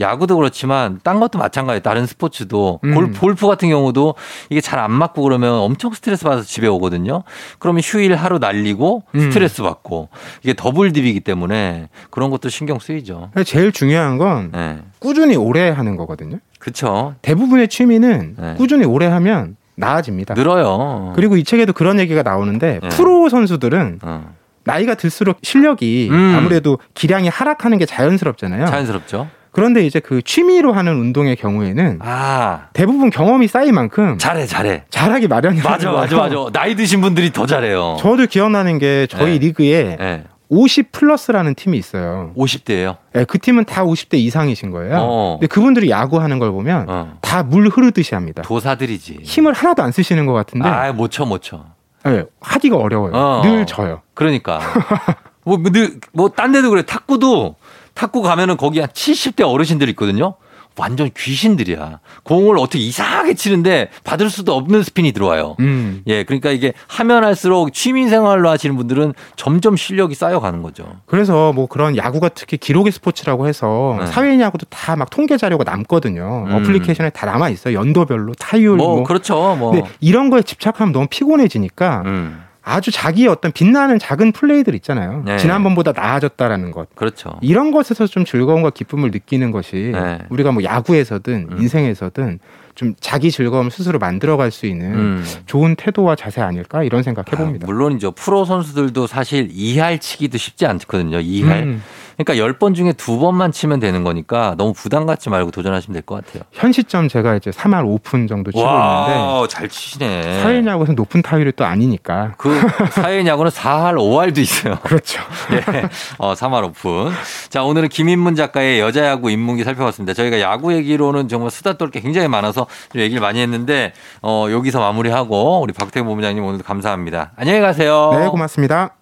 [SPEAKER 1] 야구도 그렇지만 딴 것도 마찬가지예요. 다른 스포츠도
[SPEAKER 3] 음.
[SPEAKER 1] 골- 골프 같은 경우도 이게 잘 안 맞고 그러면 엄청 스트레스 받아서 집에 오거든요. 그러면 휴일 하루 날리고
[SPEAKER 3] 음.
[SPEAKER 1] 스트레스 받고 이게 더블 딥이기 때문에 그런 것도 신경 쓰이죠.
[SPEAKER 3] 근데 제일 중요한 건
[SPEAKER 1] 네.
[SPEAKER 3] 꾸준히 오래 하는 거거든요.
[SPEAKER 1] 그쵸.
[SPEAKER 3] 대부분의 취미는
[SPEAKER 1] 네.
[SPEAKER 3] 꾸준히 오래 하면 나아집니다.
[SPEAKER 1] 늘어요.
[SPEAKER 3] 그리고 이 책에도 그런 얘기가 나오는데
[SPEAKER 1] 네.
[SPEAKER 3] 프로 선수들은
[SPEAKER 1] 어,
[SPEAKER 3] 나이가 들수록 실력이
[SPEAKER 1] 음.
[SPEAKER 3] 아무래도 기량이 하락하는 게 자연스럽잖아요.
[SPEAKER 1] 자연스럽죠.
[SPEAKER 3] 그런데 이제 그 취미로 하는 운동의 경우에는
[SPEAKER 1] 아,
[SPEAKER 3] 대부분 경험이 쌓인 만큼
[SPEAKER 1] 잘해, 잘해.
[SPEAKER 3] 잘하기 마련이라는
[SPEAKER 1] 맞아, 맞아,
[SPEAKER 3] 거예요.
[SPEAKER 1] 맞아. 나이 드신 분들이 더 잘해요.
[SPEAKER 3] 저도 기억나는 게 저희
[SPEAKER 1] 네.
[SPEAKER 3] 리그에
[SPEAKER 1] 예,
[SPEAKER 3] 50 플러스라는 팀이 있어요.
[SPEAKER 1] 50대예요.
[SPEAKER 3] 예, 그 팀은 다 50대 이상이신 거예요.
[SPEAKER 1] 어.
[SPEAKER 3] 근데 그분들이 야구하는 걸 보면
[SPEAKER 1] 어.
[SPEAKER 3] 다 물 흐르듯이 합니다.
[SPEAKER 1] 도사들이지.
[SPEAKER 3] 힘을 하나도 안 쓰시는 것 같은데
[SPEAKER 1] 아, 못 쳐, 못 쳐.
[SPEAKER 3] 예, 하기가 어려워요.
[SPEAKER 1] 어.
[SPEAKER 3] 늘 져요.
[SPEAKER 1] 그러니까. 뭐, 늘, 뭐, 딴 데도 그래. 탁구도, 탁구 가면은 거기 한 70대 어르신들 있거든요. 완전 귀신들이야. 공을 어떻게 이상하게 치는데 받을 수도 없는 스핀이 들어와요.
[SPEAKER 3] 음.
[SPEAKER 1] 예, 그러니까 이게 하면 할수록 취미 생활로 하시는 분들은 점점 실력이 쌓여가는 거죠.
[SPEAKER 3] 그래서 뭐 그런 야구가 특히 기록의 스포츠라고 해서
[SPEAKER 1] 네.
[SPEAKER 3] 사회인 야구도 다 막 통계 자료가 남거든요.
[SPEAKER 1] 음.
[SPEAKER 3] 어플리케이션에 다 남아 있어요. 연도별로 타율
[SPEAKER 1] 뭐,
[SPEAKER 3] 뭐.
[SPEAKER 1] 그렇죠. 뭐.
[SPEAKER 3] 근데 이런 거에 집착하면 너무 피곤해지니까
[SPEAKER 1] 음,
[SPEAKER 3] 아주 자기의 어떤 빛나는 작은 플레이들 있잖아요.
[SPEAKER 1] 네.
[SPEAKER 3] 지난번보다 나아졌다라는 것.
[SPEAKER 1] 그렇죠.
[SPEAKER 3] 이런 것에서 좀 즐거움과 기쁨을 느끼는 것이
[SPEAKER 1] 네.
[SPEAKER 3] 우리가 뭐 야구에서든
[SPEAKER 1] 음.
[SPEAKER 3] 인생에서든 좀 자기 즐거움 스스로 만들어갈 수 있는
[SPEAKER 1] 음.
[SPEAKER 3] 좋은 태도와 자세 아닐까 이런 생각 네. 해봅니다.
[SPEAKER 1] 아, 물론이죠. 프로 선수들도 사실 이할 치기도 쉽지 않거든요. 이할.
[SPEAKER 3] 음.
[SPEAKER 1] 그러니까 10번 중에 두번만 치면 되는 거니까 너무 부담 갖지 말고 도전하시면 될 것 같아요.
[SPEAKER 3] 현 시점 제가 이제 3할 오픈 정도 치고 있는데
[SPEAKER 1] 와, 잘 치시네.
[SPEAKER 3] 사일 야구에서 높은 타율이 또 아니니까
[SPEAKER 1] 그 사회 야구는 4할 5할도 있어요.
[SPEAKER 3] 그렇죠.
[SPEAKER 1] 예. 어, 3할 오픈. 자, 오늘은 김인문 작가의 여자야구 입문기 살펴봤습니다. 저희가 야구 얘기로는 정말 수다 떨 게 굉장히 많아서 좀 얘기를 많이 했는데, 어, 여기서 마무리하고 우리 박태근 본부장님 오늘도 감사합니다. 안녕히 가세요.
[SPEAKER 3] 네, 고맙습니다.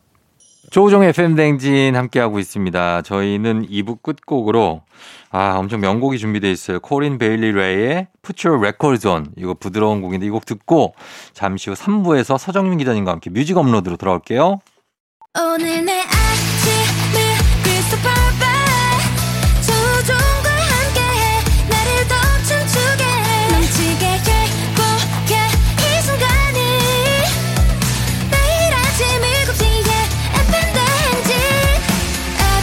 [SPEAKER 1] 조우종 FM 댕진 함께하고 있습니다. 저희는 2부 끝곡으로 아 엄청 명곡이 준비되어 있어요. 코린 베일리 레이의 Put Your Records On 이거 부드러운 곡인데 이 곡 듣고 잠시 후 3부에서 서정민 기자님과 함께 뮤직 업로드로 돌아올게요.
[SPEAKER 2] 오늘 내 아침을 crystal perfect 조종과 함께해 나를 더 춤추게 해 넘치게 행복해 이 순간이 매일 아침 7시에 FM 대행진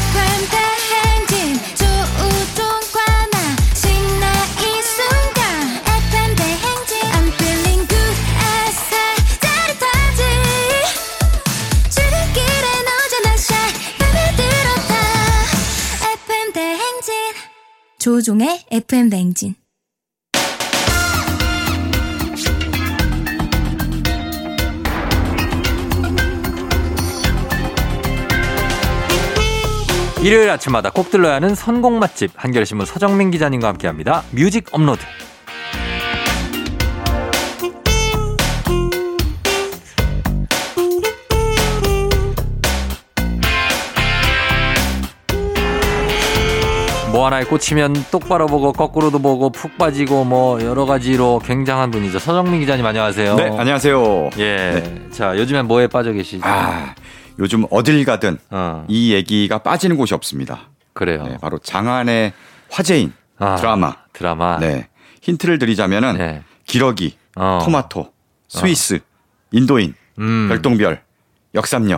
[SPEAKER 2] FM 대행진 조우종과 나 신나 이 순간 FM 대행진 I'm feeling good as I 짜릿하지 출근길에 너잖아 샤밤에 들었다 FM 대행진 조종의 FM 대행진
[SPEAKER 1] 일요일 아침마다 꼭 들러야 하는 선곡 맛집 한겨레신문 서정민 기자님과 함께합니다. 뮤직 업로드. 뭐 하나에 꽂히면 똑바로 보고 거꾸로도 보고 푹 빠지고 뭐 여러 가지로 굉장한 분이죠. 서정민 기자님 안녕하세요.
[SPEAKER 4] 네, 안녕하세요.
[SPEAKER 1] 어.
[SPEAKER 4] 네.
[SPEAKER 1] 예. 자, 요즘엔 뭐에 빠져 계시죠?
[SPEAKER 4] 아, 요즘 어딜 가든
[SPEAKER 1] 어,
[SPEAKER 4] 이 얘기가 빠지는 곳이 없습니다.
[SPEAKER 1] 그래요.
[SPEAKER 4] 네, 바로 장안의 화제인
[SPEAKER 1] 아,
[SPEAKER 4] 드라마.
[SPEAKER 1] 드라마.
[SPEAKER 4] 네. 힌트를 드리자면은
[SPEAKER 1] 네.
[SPEAKER 4] 기러기,
[SPEAKER 1] 어.
[SPEAKER 4] 토마토, 스위스, 인도인,
[SPEAKER 1] 음.
[SPEAKER 4] 별똥별, 역삼녀.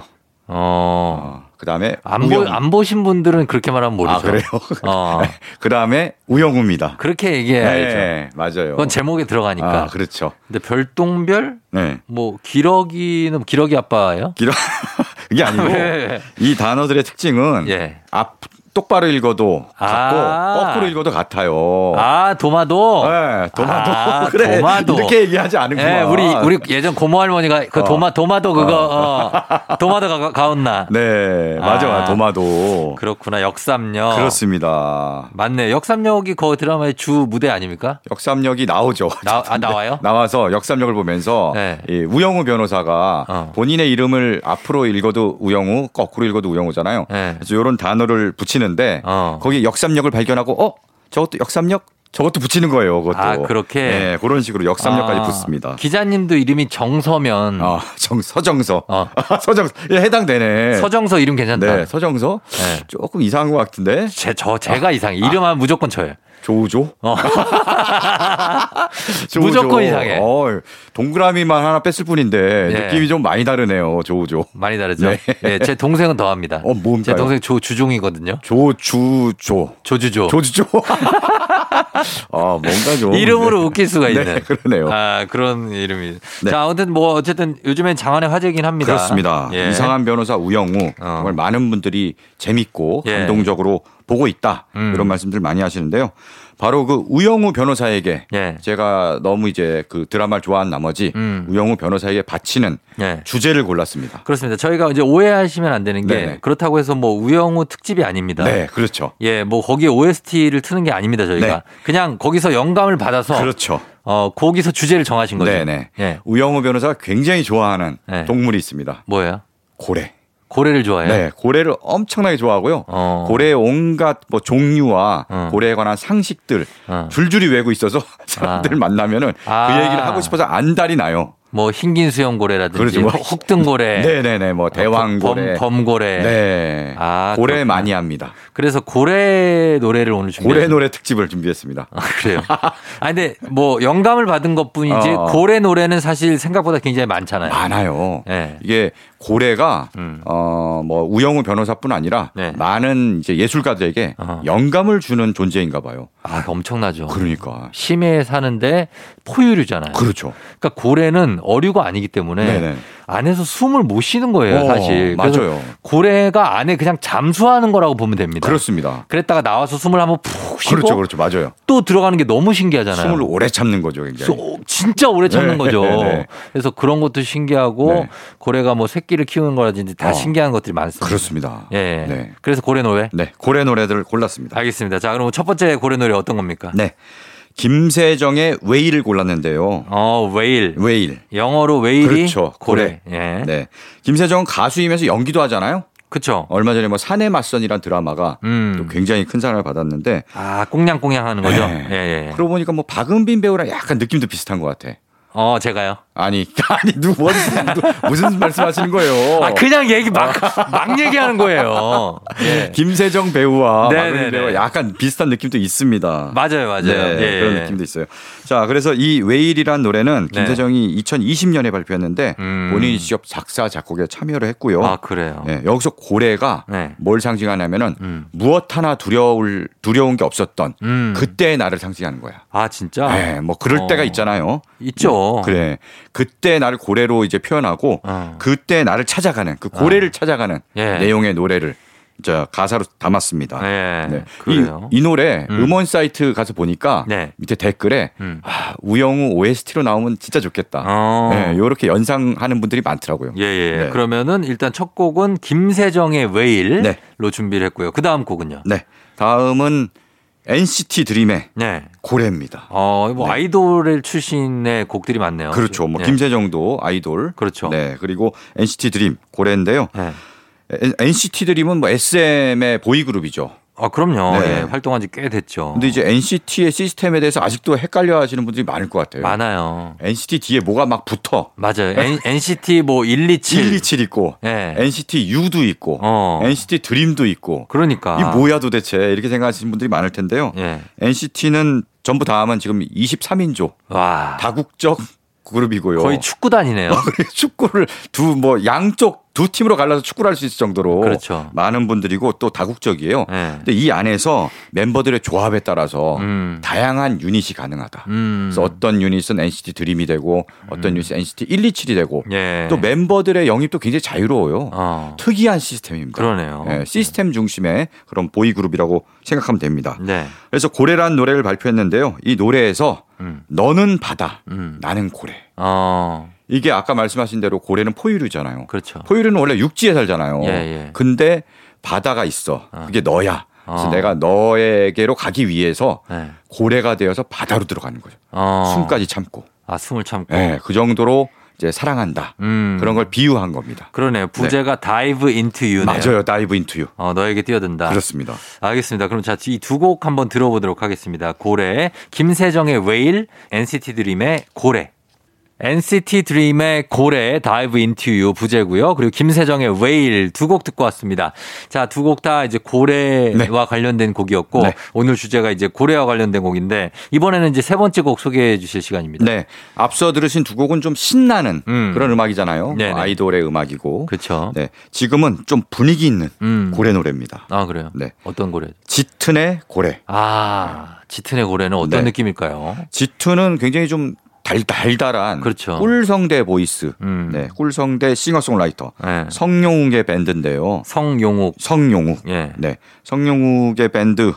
[SPEAKER 1] 어.
[SPEAKER 4] 어, 그다음에
[SPEAKER 1] 안, 보, 안 보신 분들은 그렇게 말하면 모르죠.
[SPEAKER 4] 아, 그래요?
[SPEAKER 1] 어.
[SPEAKER 4] 그다음에 우영우입니다.
[SPEAKER 1] 그렇게 얘기해야죠.
[SPEAKER 4] 네, 맞아요.
[SPEAKER 1] 그건 제목에 들어가니까.
[SPEAKER 4] 아, 그렇죠.
[SPEAKER 1] 근데 별똥별?
[SPEAKER 4] 네.
[SPEAKER 1] 뭐, 기러기는 기러기 아빠예요?
[SPEAKER 4] 기러 이게 아니고
[SPEAKER 1] 왜?
[SPEAKER 4] 이 단어들의 특징은
[SPEAKER 1] 네. 예.
[SPEAKER 4] 앞 똑바로 읽어도 같고
[SPEAKER 1] 아.
[SPEAKER 4] 거꾸로 읽어도 같아요.
[SPEAKER 1] 아, 도마도?
[SPEAKER 4] 예, 도마도.
[SPEAKER 1] 아,
[SPEAKER 4] 그래.
[SPEAKER 1] 도마도.
[SPEAKER 4] 이렇게 얘기하지 않은 구나
[SPEAKER 1] 예, 우리, 우리 예전 고모 할머니가
[SPEAKER 4] 어.
[SPEAKER 1] 그 도마, 도마도 그거, 어, 도마도 가, 가온나.
[SPEAKER 4] 네, 맞아,
[SPEAKER 1] 아.
[SPEAKER 4] 요 도마도.
[SPEAKER 1] 그렇구나, 역삼역.
[SPEAKER 4] 그렇습니다.
[SPEAKER 1] 맞네. 역삼역이 그 드라마의 주 무대 아닙니까?
[SPEAKER 4] 역삼역이 나오죠.
[SPEAKER 1] 나, 아, 나와요?
[SPEAKER 4] 나와서 역삼역을 보면서
[SPEAKER 1] 네.
[SPEAKER 4] 이 우영우 변호사가
[SPEAKER 1] 어.
[SPEAKER 4] 본인의 이름을 앞으로 읽어도 우영우, 거꾸로 읽어도 우영우잖아요.
[SPEAKER 1] 네.
[SPEAKER 4] 그래서 이런 단어를 붙이는데
[SPEAKER 1] 어.
[SPEAKER 4] 거기 역삼역을 발견하고 어 저것도 역삼역 저것도 붙이는 거예요. 그것도.
[SPEAKER 1] 아, 그렇게?
[SPEAKER 4] 네, 그런 식으로 역삼역까지
[SPEAKER 1] 아,
[SPEAKER 4] 붙습니다.
[SPEAKER 1] 기자님도 이름이 정서면.
[SPEAKER 4] 아, 정 서정서.
[SPEAKER 1] 어.
[SPEAKER 4] 서정 예, 해당되네.
[SPEAKER 1] 서정서 이름 괜찮다.
[SPEAKER 4] 네, 서정서
[SPEAKER 1] 네.
[SPEAKER 4] 조금 이상한 것 같은데
[SPEAKER 1] 제, 저,
[SPEAKER 4] 아.
[SPEAKER 1] 제가 이상해. 이름하면 무조건 저예요.
[SPEAKER 4] 조우조.
[SPEAKER 1] 어.
[SPEAKER 4] 조우조.
[SPEAKER 1] 무조건 이상해.
[SPEAKER 4] 어, 동그라미만 하나 뺐을 뿐인데
[SPEAKER 1] 네.
[SPEAKER 4] 느낌이 좀 많이 다르네요. 조우조.
[SPEAKER 1] 많이 다르죠?
[SPEAKER 4] 네.
[SPEAKER 1] 예, 제 동생은 더 합니다.
[SPEAKER 4] 어, 뭔가요?
[SPEAKER 1] 제 동생 조, 주종이거든요.
[SPEAKER 4] 조주조.
[SPEAKER 1] 조주조.
[SPEAKER 4] 조주조. 아 뭔가 좀
[SPEAKER 1] 이름으로
[SPEAKER 4] 네.
[SPEAKER 1] 웃길 수가
[SPEAKER 4] 네,
[SPEAKER 1] 있는.
[SPEAKER 4] 그러네요.
[SPEAKER 1] 아, 그런 이름이.
[SPEAKER 4] 네.
[SPEAKER 1] 자, 아무튼 뭐, 어쨌든 요즘엔 장안의 화제긴 합니다.
[SPEAKER 4] 그렇습니다.
[SPEAKER 1] 예.
[SPEAKER 4] 이상한 변호사 우영우
[SPEAKER 1] 어.
[SPEAKER 4] 정말 많은 분들이 재밌고
[SPEAKER 1] 예.
[SPEAKER 4] 감동적으로 보고 있다
[SPEAKER 1] 음.
[SPEAKER 4] 이런 말씀들 많이 하시는데요. 바로 그 우영우 변호사에게
[SPEAKER 1] 예.
[SPEAKER 4] 제가 너무 이제 그 드라마를 좋아한 나머지
[SPEAKER 1] 음.
[SPEAKER 4] 우영우 변호사에게 바치는
[SPEAKER 1] 예.
[SPEAKER 4] 주제를 골랐습니다.
[SPEAKER 1] 그렇습니다. 저희가 이제 오해하시면 안 되는 게
[SPEAKER 4] 네네.
[SPEAKER 1] 그렇다고 해서 뭐 우영우 특집이 아닙니다.
[SPEAKER 4] 네, 그렇죠.
[SPEAKER 1] 예, 뭐 거기에 OST를 트는 게 아닙니다. 저희가
[SPEAKER 4] 네.
[SPEAKER 1] 그냥 거기서 영감을 받아서
[SPEAKER 4] 그렇죠.
[SPEAKER 1] 어, 거기서 주제를 정하신 거죠.
[SPEAKER 4] 네네.
[SPEAKER 1] 예.
[SPEAKER 4] 우영우 변호사가 굉장히 좋아하는
[SPEAKER 1] 네.
[SPEAKER 4] 동물이 있습니다.
[SPEAKER 1] 뭐예요?
[SPEAKER 4] 고래.
[SPEAKER 1] 고래를 좋아해요.
[SPEAKER 4] 네, 고래를 엄청나게 좋아하고요.
[SPEAKER 1] 예. 어.
[SPEAKER 4] 고래의 온갖 뭐 종류와
[SPEAKER 1] 어.
[SPEAKER 4] 고래에 관한 상식들
[SPEAKER 1] 어.
[SPEAKER 4] 줄줄이 외고 있어서 사람들 만나면은
[SPEAKER 1] 아.
[SPEAKER 4] 그 얘기를 하고 싶어서 안달이 나요.
[SPEAKER 1] 뭐 흰긴 수염 고래라든지
[SPEAKER 4] 그렇죠. 뭐
[SPEAKER 1] 혹등 고래, 그
[SPEAKER 4] 네, 네, 네, 뭐 대왕 고래,
[SPEAKER 1] 예. 아, 범, 고래.
[SPEAKER 4] 네,
[SPEAKER 1] 아,
[SPEAKER 4] 고래
[SPEAKER 1] 그렇구나.
[SPEAKER 4] 많이 합니다.
[SPEAKER 1] 그래서 고래 노래를 오늘 준비했어요.
[SPEAKER 4] 고래 노래 특집을 준비했습니다.
[SPEAKER 1] 아, 그래요. 아 근데 뭐 영감을 받은 것뿐이지
[SPEAKER 4] 어.
[SPEAKER 1] 고래 노래는 사실 생각보다 굉장히 많잖아요.
[SPEAKER 4] 많아요.
[SPEAKER 1] 네.
[SPEAKER 4] 이게 고래가
[SPEAKER 1] 음.
[SPEAKER 4] 어뭐 우영우 변호사뿐 아니라
[SPEAKER 1] 네.
[SPEAKER 4] 많은 이제 예술가들에게
[SPEAKER 1] 어허.
[SPEAKER 4] 영감을 주는 존재인가 봐요.
[SPEAKER 1] 아, 엄청나죠.
[SPEAKER 4] 그러니까
[SPEAKER 1] 심해에 사는데 포유류잖아요.
[SPEAKER 4] 그렇죠.
[SPEAKER 1] 그러니까 고래는 어류가 아니기 때문에
[SPEAKER 4] 네네.
[SPEAKER 1] 안에서 숨을 못 쉬는 거예요,
[SPEAKER 4] 어,
[SPEAKER 1] 사실. 그래서
[SPEAKER 4] 맞아요.
[SPEAKER 1] 고래가 안에 그냥 잠수하는 거라고 보면 됩니다.
[SPEAKER 4] 그렇습니다.
[SPEAKER 1] 그랬다가 나와서 숨을 한번 푹 네. 쉬고
[SPEAKER 4] 그렇죠, 그렇죠, 맞아요.
[SPEAKER 1] 또 들어가는 게 너무 신기하잖아요.
[SPEAKER 4] 숨을 오래 참는 거죠, 굉장히.
[SPEAKER 1] 쏘- 진짜 오래 참는
[SPEAKER 4] 네,
[SPEAKER 1] 거죠.
[SPEAKER 4] 네, 네.
[SPEAKER 1] 그래서 그런 것도 신기하고
[SPEAKER 4] 네.
[SPEAKER 1] 고래가 뭐 새끼를 키우는 거라든지 다
[SPEAKER 4] 어.
[SPEAKER 1] 신기한 것들이 많습니다.
[SPEAKER 4] 그렇습니다.
[SPEAKER 1] 예.
[SPEAKER 4] 네.
[SPEAKER 1] 그래서 고래 노래.
[SPEAKER 4] 네, 고래 노래들을 골랐습니다.
[SPEAKER 1] 알겠습니다. 자, 그럼 첫 번째 고래 노래 어떤 겁니까?
[SPEAKER 4] 네, 김세정의 웨일을 골랐는데요.
[SPEAKER 1] 어, 웨일.
[SPEAKER 4] 웨일.
[SPEAKER 1] 영어로 웨일이
[SPEAKER 4] 그렇죠.
[SPEAKER 1] 고래. 예.
[SPEAKER 4] 네. 김세정은 가수이면서 연기도 하잖아요.
[SPEAKER 1] 그렇죠.
[SPEAKER 4] 얼마 전에 뭐 산의 맞선이란 드라마가
[SPEAKER 1] 음.
[SPEAKER 4] 또 굉장히 큰 사랑을 받았는데
[SPEAKER 1] 아, 꽁냥꽁냥 하는 거죠?
[SPEAKER 4] 네.
[SPEAKER 1] 예, 예.
[SPEAKER 4] 그러고 보니까 뭐 박은빈 배우랑 약간 느낌도 비슷한 것 같아.
[SPEAKER 1] 어, 제가요.
[SPEAKER 4] 아니, 아니, 누, 뭐, 누- 무슨 말씀하시는 거예요?
[SPEAKER 1] 아, 그냥 얘기 막,
[SPEAKER 4] 어.
[SPEAKER 1] 막 얘기하는 거예요. 예.
[SPEAKER 4] 네. 김세정 배우와
[SPEAKER 1] 네, 네,
[SPEAKER 4] 박은빈 배우와
[SPEAKER 1] 네.
[SPEAKER 4] 약간 비슷한 느낌도 있습니다.
[SPEAKER 1] 맞아요, 맞아요.
[SPEAKER 4] 네,
[SPEAKER 1] 예.
[SPEAKER 4] 그런 느낌도 있어요. 자, 그래서 이 웨일이란 노래는
[SPEAKER 1] 네.
[SPEAKER 4] 김세정이 2020년에 발표했는데
[SPEAKER 1] 음.
[SPEAKER 4] 본인이 직접 작사 작곡에 참여를 했고요.
[SPEAKER 1] 아, 그래요.
[SPEAKER 4] 예, 여기서 고래가
[SPEAKER 1] 네.
[SPEAKER 4] 뭘 상징하냐면은
[SPEAKER 1] 음.
[SPEAKER 4] 무엇 하나 두려울 두려운 게 없었던
[SPEAKER 1] 음.
[SPEAKER 4] 그때의 나를 상징하는 거야.
[SPEAKER 1] 아, 진짜?
[SPEAKER 4] 예, 뭐 그럴
[SPEAKER 1] 어.
[SPEAKER 4] 때가 있잖아요. 네.
[SPEAKER 1] 있죠.
[SPEAKER 4] 그래. 그때 나를 고래로 이제 표현하고
[SPEAKER 1] 어.
[SPEAKER 4] 그때 나를 찾아가는 그 고래를 찾아가는
[SPEAKER 1] 예.
[SPEAKER 4] 내용의 노래를 자 가사로 담았습니다.
[SPEAKER 1] 예.
[SPEAKER 4] 네.
[SPEAKER 1] 그래요.
[SPEAKER 4] 이, 이 노래
[SPEAKER 1] 음.
[SPEAKER 4] 음. 원 사이트 가서 보니까
[SPEAKER 1] 네.
[SPEAKER 4] 밑에 댓글에
[SPEAKER 1] 음.
[SPEAKER 4] 아, 우영우 OST로 나오면 진짜 좋겠다.
[SPEAKER 1] 어.
[SPEAKER 4] 네, 요렇게 연상하는 분들이 많더라고요.
[SPEAKER 1] 예, 예.
[SPEAKER 4] 네.
[SPEAKER 1] 그러면은 일단 첫 곡은 김세정의 웨일로
[SPEAKER 4] 네.
[SPEAKER 1] 준비를 했고요. 그 다음 곡은요.
[SPEAKER 4] 네. 다음은 NCT 드림의
[SPEAKER 1] 네.
[SPEAKER 4] 고래입니다.
[SPEAKER 1] 어, 뭐
[SPEAKER 4] 네.
[SPEAKER 1] 아이돌 출신의 곡들이 많네요.
[SPEAKER 4] 그렇죠. 뭐
[SPEAKER 1] 예.
[SPEAKER 4] 김세정도 아이돌.
[SPEAKER 1] 그렇죠.
[SPEAKER 4] 네. 그리고 NCT 드림 고래인데요.
[SPEAKER 1] 예.
[SPEAKER 4] 에- NCT 드림은 뭐 SM의 보이그룹이죠.
[SPEAKER 1] 아, 그럼요.
[SPEAKER 4] 네.
[SPEAKER 1] 예, 활동한 지 꽤 됐죠.
[SPEAKER 4] 근데 이제 NCT의 시스템에 대해서 아직도 헷갈려 하시는 분들이 많을 것 같아요.
[SPEAKER 1] 많아요.
[SPEAKER 4] NCT 뒤에 뭐가 막 붙어.
[SPEAKER 1] 맞아요.
[SPEAKER 4] 네.
[SPEAKER 1] N, NCT 뭐 127.
[SPEAKER 4] 127 있고,
[SPEAKER 1] 예.
[SPEAKER 4] NCT U도 있고,
[SPEAKER 1] 어.
[SPEAKER 4] NCT 드림도 있고.
[SPEAKER 1] 그러니까.
[SPEAKER 4] 이 뭐야 도대체 이렇게 생각하시는 분들이 많을 텐데요.
[SPEAKER 1] 예.
[SPEAKER 4] NCT는 전부 다 하면 지금 23인조
[SPEAKER 1] 와.
[SPEAKER 4] 다국적 그룹이고요.
[SPEAKER 1] 아.
[SPEAKER 4] 어?
[SPEAKER 1] 거의 축구단이네요.
[SPEAKER 4] 축구를 두 뭐 양쪽 두 팀으로 갈라서 축구를 할 수 있을 정도로
[SPEAKER 1] 그렇죠.
[SPEAKER 4] 많은 분들이고 또 다국적이에요.
[SPEAKER 1] 예.
[SPEAKER 4] 근데 이 안에서 멤버들의 조합에 따라서
[SPEAKER 1] 음.
[SPEAKER 4] 다양한 유닛이 가능하다.
[SPEAKER 1] 음.
[SPEAKER 4] 그래서 어떤 유닛은 NCT 드림이 되고 어떤 유닛은 NCT 127이 되고
[SPEAKER 1] 예.
[SPEAKER 4] 또 멤버들의 영입도 굉장히 자유로워요.
[SPEAKER 1] 어.
[SPEAKER 4] 특이한 시스템입니다.
[SPEAKER 1] 그러네요. 음.
[SPEAKER 4] 예, 시스템 중심의 그런 보이 그룹이라고 생각하면 됩니다.
[SPEAKER 1] 네.
[SPEAKER 4] 그래서 고래라는 노래를 발표했는데요. 이 노래에서
[SPEAKER 1] 음.
[SPEAKER 4] 너는 바다,
[SPEAKER 1] 음.
[SPEAKER 4] 나는 고래.
[SPEAKER 1] 어.
[SPEAKER 4] 이게 아까 말씀하신 대로 고래는 포유류잖아요.
[SPEAKER 1] 그렇죠.
[SPEAKER 4] 포유류는 원래 육지에 살잖아요.
[SPEAKER 1] 예, 예.
[SPEAKER 4] 근데 바다가 있어. 그게 너야. 그래서
[SPEAKER 1] 어.
[SPEAKER 4] 내가 너에게로 가기 위해서
[SPEAKER 1] 네.
[SPEAKER 4] 고래가 되어서 바다로 들어가는 거죠.
[SPEAKER 1] 어.
[SPEAKER 4] 숨까지 참고.
[SPEAKER 1] 아, 숨을 참고.
[SPEAKER 4] 예, 그 정도로 이제 사랑한다.
[SPEAKER 1] 음.
[SPEAKER 4] 그런 걸 비유한 겁니다.
[SPEAKER 1] 그러네요. 부제가 dive into you네요.
[SPEAKER 4] 맞아요. 다이브 인투 유.
[SPEAKER 1] 어, 너에게 뛰어든다.
[SPEAKER 4] 그렇습니다.
[SPEAKER 1] 알겠습니다. 그럼 자, 이 두 곡 한번 들어보도록 하겠습니다. 고래, 김세정의 웨일, NCT 드림의 고래. NCT 드림의 고래, 다이브 인투 유 부제고요. 그리고 김세정의 웨일 두 곡 듣고 왔습니다. 자, 두 곡 다 이제 고래와
[SPEAKER 4] 네.
[SPEAKER 1] 관련된 곡이었고
[SPEAKER 4] 네.
[SPEAKER 1] 오늘 주제가 이제 고래와 관련된 곡인데 이번에는 이제 세 번째 곡 소개해 주실 시간입니다.
[SPEAKER 4] 네. 앞서 들으신 두 곡은 좀 신나는
[SPEAKER 1] 음.
[SPEAKER 4] 그런 음악이잖아요.
[SPEAKER 1] 네네.
[SPEAKER 4] 아이돌의 음악이고.
[SPEAKER 1] 그렇죠.
[SPEAKER 4] 네. 지금은 좀 분위기 있는
[SPEAKER 1] 음.
[SPEAKER 4] 고래 노래입니다.
[SPEAKER 1] 아, 그래요.
[SPEAKER 4] 네.
[SPEAKER 1] 어떤 고래?
[SPEAKER 4] 짙은의 고래.
[SPEAKER 1] 아, 짙은의 고래는 어떤
[SPEAKER 4] 네.
[SPEAKER 1] 느낌일까요?
[SPEAKER 4] 짙은은 굉장히 좀 달, 달달한
[SPEAKER 1] 그렇죠.
[SPEAKER 4] 꿀성대 보이스.
[SPEAKER 1] 음.
[SPEAKER 4] 네. 꿀성대 싱어송라이터.
[SPEAKER 1] 예.
[SPEAKER 4] 성용욱의 밴드인데요.
[SPEAKER 1] 성용욱.
[SPEAKER 4] 성용욱.
[SPEAKER 1] 예.
[SPEAKER 4] 네. 성용욱의 밴드.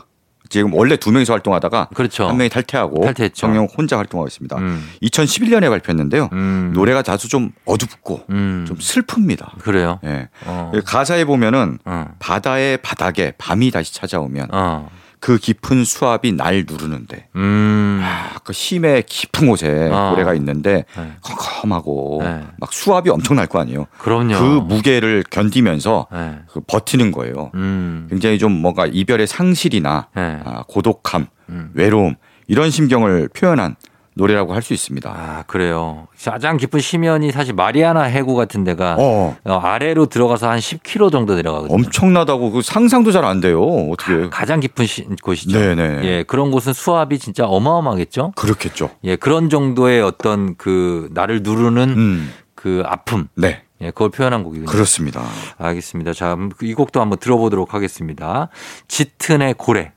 [SPEAKER 4] 지금 원래 두 명이서 활동하다가
[SPEAKER 1] 그렇죠.
[SPEAKER 4] 한 명이 탈퇴하고
[SPEAKER 1] 탈퇴했죠.
[SPEAKER 4] 성용욱 혼자 활동하고 있습니다.
[SPEAKER 1] 음.
[SPEAKER 4] 2011년에 발표했는데요.
[SPEAKER 1] 음.
[SPEAKER 4] 노래가 다소 좀 어둡고
[SPEAKER 1] 음.
[SPEAKER 4] 좀 슬픕니다.
[SPEAKER 1] 그래요.
[SPEAKER 4] 예.
[SPEAKER 1] 어.
[SPEAKER 4] 가사에 보면은
[SPEAKER 1] 어.
[SPEAKER 4] 바다의 바닥에 밤이 다시 찾아오면
[SPEAKER 1] 어.
[SPEAKER 4] 그 깊은 수압이 날 누르는데
[SPEAKER 1] 음.
[SPEAKER 4] 아, 그 심해 깊은 곳에
[SPEAKER 1] 아.
[SPEAKER 4] 고래가 있는데
[SPEAKER 1] 네.
[SPEAKER 4] 컴컴하고
[SPEAKER 1] 네.
[SPEAKER 4] 막 수압이 엄청날 거 아니에요.
[SPEAKER 1] 그럼요.
[SPEAKER 4] 그 무게를 견디면서
[SPEAKER 1] 예.
[SPEAKER 4] 그 버티는 거예요.
[SPEAKER 1] 음.
[SPEAKER 4] 굉장히 좀 뭔가 이별의 상실이나
[SPEAKER 1] 네.
[SPEAKER 4] 아, 고독함,
[SPEAKER 1] 음.
[SPEAKER 4] 외로움 이런 심경을 표현한 노래라고 할 수 있습니다.
[SPEAKER 1] 아, 그래요. 가장 깊은 심연이 사실 마리아나 해구 같은 데가
[SPEAKER 4] 어,
[SPEAKER 1] 어, 아래로 들어가서 한 10km 정도 내려가거든요.
[SPEAKER 4] 엄청나다고 그 상상도 잘 안 돼요. 어떻게?
[SPEAKER 1] 가장 깊은 시- 곳이죠.
[SPEAKER 4] 네네.
[SPEAKER 1] 아, 예, 그런 곳은 수압이 진짜 어마어마하겠죠.
[SPEAKER 4] 그렇겠죠.
[SPEAKER 1] 예, 그런 정도의 어떤 그 나를 누르는
[SPEAKER 4] 음,
[SPEAKER 1] 그 아픔.
[SPEAKER 4] 네,
[SPEAKER 1] 예, 그걸 표현한 곡이군요.
[SPEAKER 4] 그렇습니다.
[SPEAKER 1] 그 알겠습니다. 자, 음, 이 곡도 한번 들어보도록 하겠습니다. 짙은의 고래.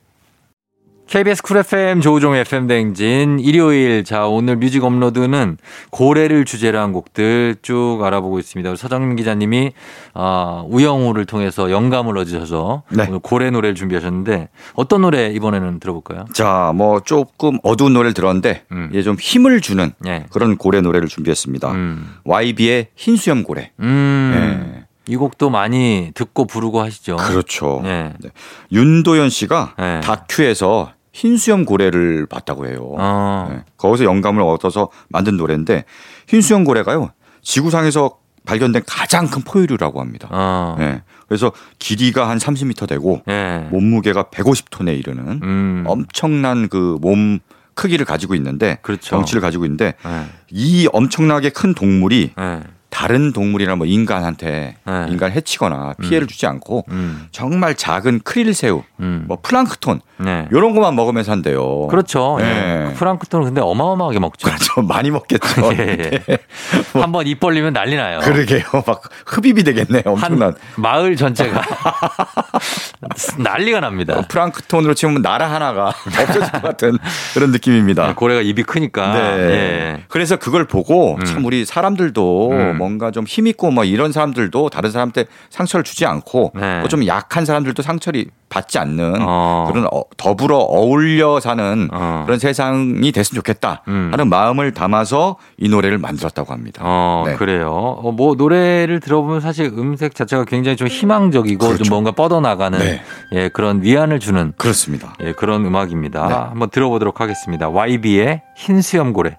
[SPEAKER 1] KBS 쿨 FM 조우종 FM 댕진 일요일 자 오늘 뮤직 업로드는 고래를 주제로 한 곡들 쭉 알아보고 있습니다. 우리 서정민 기자님이 아 우영우를 통해서 영감을 얻으셔서
[SPEAKER 4] 네.
[SPEAKER 1] 오늘 고래 노래를 준비하셨는데 어떤 노래 이번에는 들어볼까요?
[SPEAKER 4] 자, 뭐 조금 어두운 노래를 들었는데
[SPEAKER 1] 음.
[SPEAKER 4] 이제 좀 힘을 주는
[SPEAKER 1] 예.
[SPEAKER 4] 그런 고래 노래를 준비했습니다.
[SPEAKER 1] 음.
[SPEAKER 4] YB의 흰수염 고래. 네.
[SPEAKER 1] 음. 이 곡도 많이 듣고 부르고 하시죠.
[SPEAKER 4] 그렇죠.
[SPEAKER 1] 네.
[SPEAKER 4] 네. 윤도현 씨가
[SPEAKER 1] 네.
[SPEAKER 4] 다큐에서 흰수염 고래를 봤다고 해요.
[SPEAKER 1] 어.
[SPEAKER 4] 네. 거기서 영감을 얻어서 만든 노래인데 흰수염 고래가요. 지구상에서 발견된 가장 큰 포유류라고 합니다.
[SPEAKER 1] 어.
[SPEAKER 4] 네. 그래서 길이가 한 30m 되고
[SPEAKER 1] 예.
[SPEAKER 4] 몸무게가 150톤에 이르는
[SPEAKER 1] 음.
[SPEAKER 4] 어, 엄청난 그 몸 크기를 가지고 있는데
[SPEAKER 1] 그렇죠.
[SPEAKER 4] 덩치를 가지고 있는데
[SPEAKER 1] 예.
[SPEAKER 4] 이 엄청나게 큰 동물이
[SPEAKER 1] 예.
[SPEAKER 4] 다른 동물이나 뭐 인간한테
[SPEAKER 1] 네.
[SPEAKER 4] 인간 해치거나 피해를 주지 않고
[SPEAKER 1] 음.
[SPEAKER 4] 정말 작은 크릴새우,
[SPEAKER 1] 음.
[SPEAKER 4] 뭐 플랑크톤
[SPEAKER 1] 네.
[SPEAKER 4] 이런 것만 먹으면 산대요.
[SPEAKER 1] 그렇죠.
[SPEAKER 4] 네.
[SPEAKER 1] 예. 그 프랑크톤은 근데 어마어마하게 먹죠.
[SPEAKER 4] 그렇죠. 많이 먹겠죠.
[SPEAKER 1] 예, 예. 한번 입 벌리면 난리 나요.
[SPEAKER 4] 그러니까. 뭐. 그러게요. 막 흡입이 되겠네.
[SPEAKER 1] 한
[SPEAKER 4] 엄청난.
[SPEAKER 1] 마을 전체가 난리가 납니다.
[SPEAKER 4] 플랑크톤으로 치면 나라 하나가 없어질 것 같은 그런 느낌입니다.
[SPEAKER 1] 예, 고래가 입이 크니까.
[SPEAKER 4] 네.
[SPEAKER 1] 아, 예.
[SPEAKER 4] 그래서 그걸 보고
[SPEAKER 1] 음.
[SPEAKER 4] 참 우리 사람들도
[SPEAKER 1] 음.
[SPEAKER 4] 뭔가 좀 힘 있고 뭐 이런 사람들도 다른 사람한테 상처를 주지 않고
[SPEAKER 1] 네.
[SPEAKER 4] 뭐좀 약한 사람들도 상처를 받지 않는
[SPEAKER 1] 어.
[SPEAKER 4] 그런 어- 더불어 어울려 사는
[SPEAKER 1] 어.
[SPEAKER 4] 그런 세상이 됐으면 좋겠다
[SPEAKER 1] 음.
[SPEAKER 4] 하는 마음을 담아서 이 노래를 만들었다고 합니다.
[SPEAKER 1] 어,
[SPEAKER 4] 네.
[SPEAKER 1] 그래요. 어, 뭐, 노래를 들어보면 사실 음색 자체가 굉장히 좀 희망적이고 좀
[SPEAKER 4] 그렇죠.
[SPEAKER 1] 뭔가 뻗어나가는
[SPEAKER 4] 네.
[SPEAKER 1] 예, 그런 위안을 주는
[SPEAKER 4] 그렇습니다.
[SPEAKER 1] 예, 그런 음악입니다.
[SPEAKER 4] 네.
[SPEAKER 1] 한번 들어보도록 하겠습니다. YB의 흰 수염고래.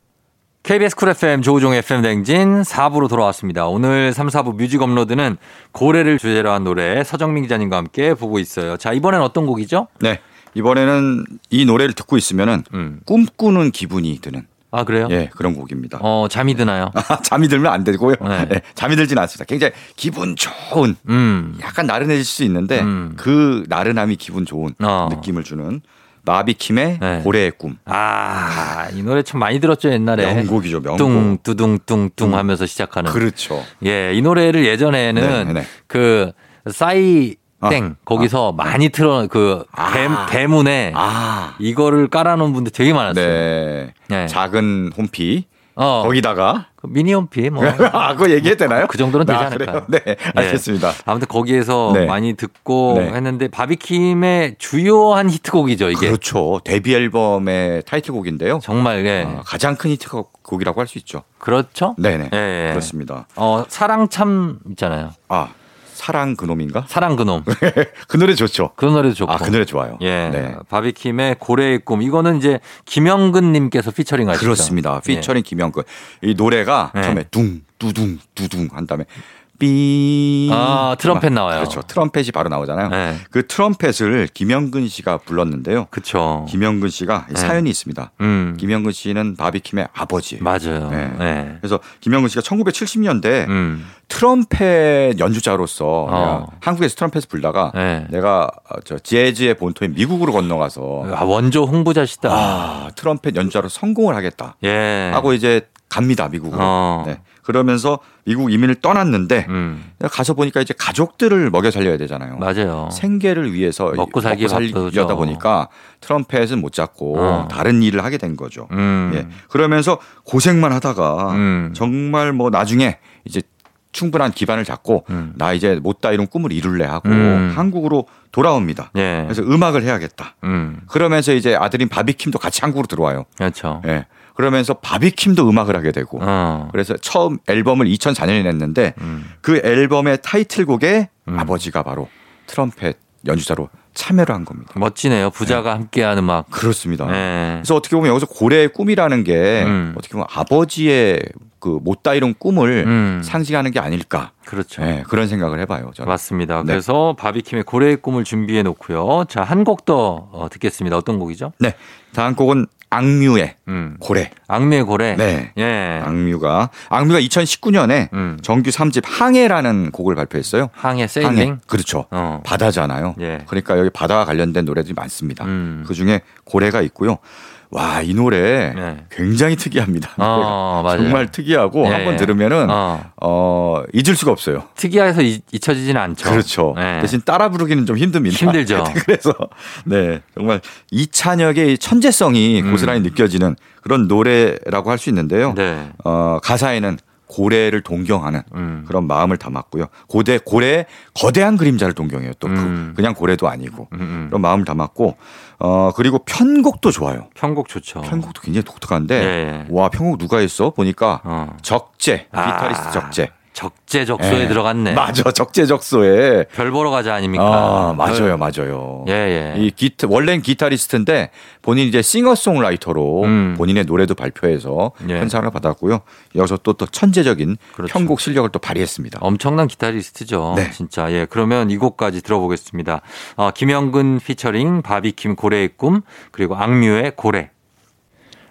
[SPEAKER 1] KBS 쿨 FM 조우종 FM 댕진 4부로 돌아왔습니다. 오늘 3, 4부 뮤직 업로드는 고래를 주제로 한 노래 서정민 기자님과 함께 보고 있어요. 자, 이번엔 어떤 곡이죠?
[SPEAKER 4] 네. 이번에는 이 노래를 듣고 있으면은
[SPEAKER 1] 음.
[SPEAKER 4] 꿈꾸는 기분이 드는
[SPEAKER 1] 아, 그래요?
[SPEAKER 4] 예, 그런 곡입니다.
[SPEAKER 1] 어, 잠이
[SPEAKER 4] 아.
[SPEAKER 1] 드나요?
[SPEAKER 4] 잠이 들면 안 되고요.
[SPEAKER 1] 네.
[SPEAKER 4] 예, 잠이 들진 않습니다. 굉장히 기분 좋은
[SPEAKER 1] 음.
[SPEAKER 4] 약간 나른해질 수 있는데
[SPEAKER 1] 음.
[SPEAKER 4] 그 나른함이 기분 좋은
[SPEAKER 1] 어.
[SPEAKER 4] 느낌을 주는 마비킴의
[SPEAKER 1] 네.
[SPEAKER 4] 고래의 꿈.
[SPEAKER 1] 아, 이 노래 참 많이 들었죠, 옛날에.
[SPEAKER 4] 명곡이죠, 명곡.
[SPEAKER 1] 네. 뚱,
[SPEAKER 4] 음.
[SPEAKER 1] 두둥, 뚱, 뚱 하면서 시작하는.
[SPEAKER 4] 그렇죠.
[SPEAKER 1] 예, 이 노래를 예전에는
[SPEAKER 4] 네, 네.
[SPEAKER 1] 그 싸이 땡
[SPEAKER 4] 아,
[SPEAKER 1] 거기서 많이 틀어 그 대,
[SPEAKER 4] 아.
[SPEAKER 1] 대문에
[SPEAKER 4] 아.
[SPEAKER 1] 이거를 깔아놓은 분들 되게 많았어요.
[SPEAKER 4] 네.
[SPEAKER 1] 네.
[SPEAKER 4] 작은 홈피.
[SPEAKER 1] 어,
[SPEAKER 4] 거기다가
[SPEAKER 1] 그 미니홈피 뭐
[SPEAKER 4] 아, 그거 얘기해도 되나요?
[SPEAKER 1] 그 정도는 되지
[SPEAKER 4] 아,
[SPEAKER 1] 않을까요?
[SPEAKER 4] 그래요? 네. 알겠습니다.
[SPEAKER 1] 아무튼 거기에서
[SPEAKER 4] 네.
[SPEAKER 1] 많이 듣고
[SPEAKER 4] 네.
[SPEAKER 1] 했는데 바비킴의 주요한 히트곡이죠 이게
[SPEAKER 4] 그렇죠. 데뷔 앨범의 타이틀곡인데요.
[SPEAKER 1] 정말 예.
[SPEAKER 4] 아, 가장 큰 히트곡이라고 할 수 있죠.
[SPEAKER 1] 그렇죠.
[SPEAKER 4] 네, 네.
[SPEAKER 1] 예, 예.
[SPEAKER 4] 그렇습니다.
[SPEAKER 1] 어 사랑 참 있잖아요.
[SPEAKER 4] 아, 사랑 그놈인가?
[SPEAKER 1] 사랑 그놈
[SPEAKER 4] 그 노래 좋죠.
[SPEAKER 1] 그 노래도 좋고.
[SPEAKER 4] 아, 그 노래 좋아요.
[SPEAKER 1] 예,
[SPEAKER 4] 네.
[SPEAKER 1] 바비킴의 고래의 꿈 이거는 이제 김영근님께서 피처링 하셨죠.
[SPEAKER 4] 그렇습니다.
[SPEAKER 1] 예.
[SPEAKER 4] 피처링 김영근. 이 노래가
[SPEAKER 1] 네.
[SPEAKER 4] 처음에 둥, 두둥, 두둥 한 다음에 삐.
[SPEAKER 1] 아, 트럼펫
[SPEAKER 4] 막,
[SPEAKER 1] 나와요.
[SPEAKER 4] 그렇죠. 트럼펫이 바로 나오잖아요.
[SPEAKER 1] 네.
[SPEAKER 4] 그 트럼펫을 김영근 씨가 불렀는데요.
[SPEAKER 1] 그렇죠.
[SPEAKER 4] 김영근 씨가 이
[SPEAKER 1] 네.
[SPEAKER 4] 사연이 있습니다.
[SPEAKER 1] 음
[SPEAKER 4] 김영근 씨는 바비킴의 아버지예요.
[SPEAKER 1] 맞아요.
[SPEAKER 4] 네.
[SPEAKER 1] 네.
[SPEAKER 4] 그래서 김영근 씨가 1970년대
[SPEAKER 1] 음.
[SPEAKER 4] 트럼펫 연주자로서
[SPEAKER 1] 어.
[SPEAKER 4] 내가 한국에서 트럼펫을 불다가
[SPEAKER 1] 네.
[SPEAKER 4] 내가 어, 저 재즈의 본토인 미국으로 건너가서
[SPEAKER 1] 아, 원조 홍보자시다.
[SPEAKER 4] 아, 트럼펫 연주자로 성공을 하겠다.
[SPEAKER 1] 예.
[SPEAKER 4] 하고 이제 갑니다 미국으로.
[SPEAKER 1] 어.
[SPEAKER 4] 네. 그러면서 미국 이민을 떠났는데
[SPEAKER 1] 음,
[SPEAKER 4] 가서 보니까 이제 가족들을 먹여 살려야 되잖아요.
[SPEAKER 1] 맞아요.
[SPEAKER 4] 어. 생계를 위해서
[SPEAKER 1] 먹고 살기 바쁘죠.
[SPEAKER 4] 살려다 보니까 트럼펫은 못 잡고
[SPEAKER 1] 어.
[SPEAKER 4] 다른 일을 하게 된 거죠.
[SPEAKER 1] 음.
[SPEAKER 4] 예. 아, 그러면서 고생만 하다가
[SPEAKER 1] 음.
[SPEAKER 4] 정말 뭐 나중에 이제 충분한 기반을 잡고
[SPEAKER 1] 음.
[SPEAKER 4] 나 이제 못다 이룬 꿈을 이룰래 하고
[SPEAKER 1] 음.
[SPEAKER 4] 한국으로 돌아옵니다.
[SPEAKER 1] 예.
[SPEAKER 4] 그래서 음악을 해야겠다.
[SPEAKER 1] 음.
[SPEAKER 4] 그러면서 이제 아들인 바비킴도 같이 한국으로 들어와요.
[SPEAKER 1] 그렇죠.
[SPEAKER 4] 예. 그러면서 바비킴도 음악을 하게 되고
[SPEAKER 1] 어.
[SPEAKER 4] 그래서 처음 앨범을 2004년에 냈는데
[SPEAKER 1] 음.
[SPEAKER 4] 그 앨범의 타이틀곡에
[SPEAKER 1] 음.
[SPEAKER 4] 아버지가 바로 트럼펫 연주자로 참여를 한 겁니다.
[SPEAKER 1] 멋지네요. 부자가 함께한 음악.
[SPEAKER 4] 그렇습니다.
[SPEAKER 1] 예.
[SPEAKER 4] 그래서 어떻게 보면 여기서 고래의 꿈이라는 게
[SPEAKER 1] 음.
[SPEAKER 4] 어떻게 보면 아버지의 그 못다 이룬 꿈을
[SPEAKER 1] 음.
[SPEAKER 4] 상징하는 게 아닐까
[SPEAKER 1] 그렇죠.
[SPEAKER 4] 예, 그런 생각을 해봐요. 저는.
[SPEAKER 1] 맞습니다.
[SPEAKER 4] 네.
[SPEAKER 1] 그래서 바비킴의 고래의 꿈을 준비해 놓고요. 자, 한 곡 더 듣겠습니다. 어, 어떤 곡이죠?
[SPEAKER 4] 네, 다음 곡은 악뮤의
[SPEAKER 1] 음.
[SPEAKER 4] 고래.
[SPEAKER 1] 악뮤의 고래.
[SPEAKER 4] 네.
[SPEAKER 1] 예.
[SPEAKER 4] 악뮤가 악뮤가 2019년에
[SPEAKER 1] 음.
[SPEAKER 4] 정규 3집 항해라는 곡을 발표했어요.
[SPEAKER 1] 항해 세일링.
[SPEAKER 4] 그렇죠.
[SPEAKER 1] 어.
[SPEAKER 4] 바다잖아요.
[SPEAKER 1] 예.
[SPEAKER 4] 그러니까 여기 바다와 관련된 노래들이 많습니다.
[SPEAKER 1] 음.
[SPEAKER 4] 그 중에 고래가 있고요. 와, 이 노래
[SPEAKER 1] 네.
[SPEAKER 4] 굉장히 특이합니다.
[SPEAKER 1] 어, 맞아요.
[SPEAKER 4] 정말 특이하고
[SPEAKER 1] 예,
[SPEAKER 4] 한번
[SPEAKER 1] 예.
[SPEAKER 4] 들으면은 어.
[SPEAKER 1] 어.
[SPEAKER 4] 잊을 수가 없어요.
[SPEAKER 1] 특이해서 잊- 잊혀지진 않죠.
[SPEAKER 4] 그렇죠.
[SPEAKER 1] 예.
[SPEAKER 4] 대신 따라 부르기는 좀 힘듭니다.
[SPEAKER 1] 힘들죠.
[SPEAKER 4] 그래서 네 정말 이찬혁의 이 천재성이
[SPEAKER 1] 음.
[SPEAKER 4] 고스란히 느껴지는 그런 노래라고 할 수 있는데요.
[SPEAKER 1] 네.
[SPEAKER 4] 어, 가사에는 고래를 동경하는
[SPEAKER 1] 음.
[SPEAKER 4] 그런 마음을 담았고요. 고대 고래의 거대한 그림자를 동경해요. 또
[SPEAKER 1] 음.
[SPEAKER 4] 그, 냥 고래도 아니고
[SPEAKER 1] 음, 음.
[SPEAKER 4] 그런 마음을 담았고 어 그리고 편곡도 좋아요.
[SPEAKER 1] 편곡 좋죠.
[SPEAKER 4] 편곡도 굉장히 독특한데
[SPEAKER 1] 어. 예.
[SPEAKER 4] 와 편곡 누가 했어 보니까
[SPEAKER 1] 어.
[SPEAKER 4] 적재
[SPEAKER 1] 아.
[SPEAKER 4] 기타리스트 적재
[SPEAKER 1] 적재적소에
[SPEAKER 4] 예.
[SPEAKER 1] 들어갔네.
[SPEAKER 4] 맞아 적재적소에
[SPEAKER 1] 별 보러 가자 아닙니까?
[SPEAKER 4] 아 맞아요 맞아요.
[SPEAKER 1] 예, 예.
[SPEAKER 4] 이 기타 원래는 기타리스트인데 본인 이제 싱어송라이터로
[SPEAKER 1] 음.
[SPEAKER 4] 본인의 노래도 발표해서
[SPEAKER 1] 예.
[SPEAKER 4] 현상을 받았고요. 여기서 또 또 천재적인
[SPEAKER 1] 그렇죠.
[SPEAKER 4] 편곡 실력을 또 발휘했습니다.
[SPEAKER 1] 엄청난 기타리스트죠.
[SPEAKER 4] 네.
[SPEAKER 1] 진짜. 예. 그러면 이 곡까지 들어보겠습니다. 어, 김영근 피처링 바비킴 고래의 꿈 그리고 악뮤의 고래.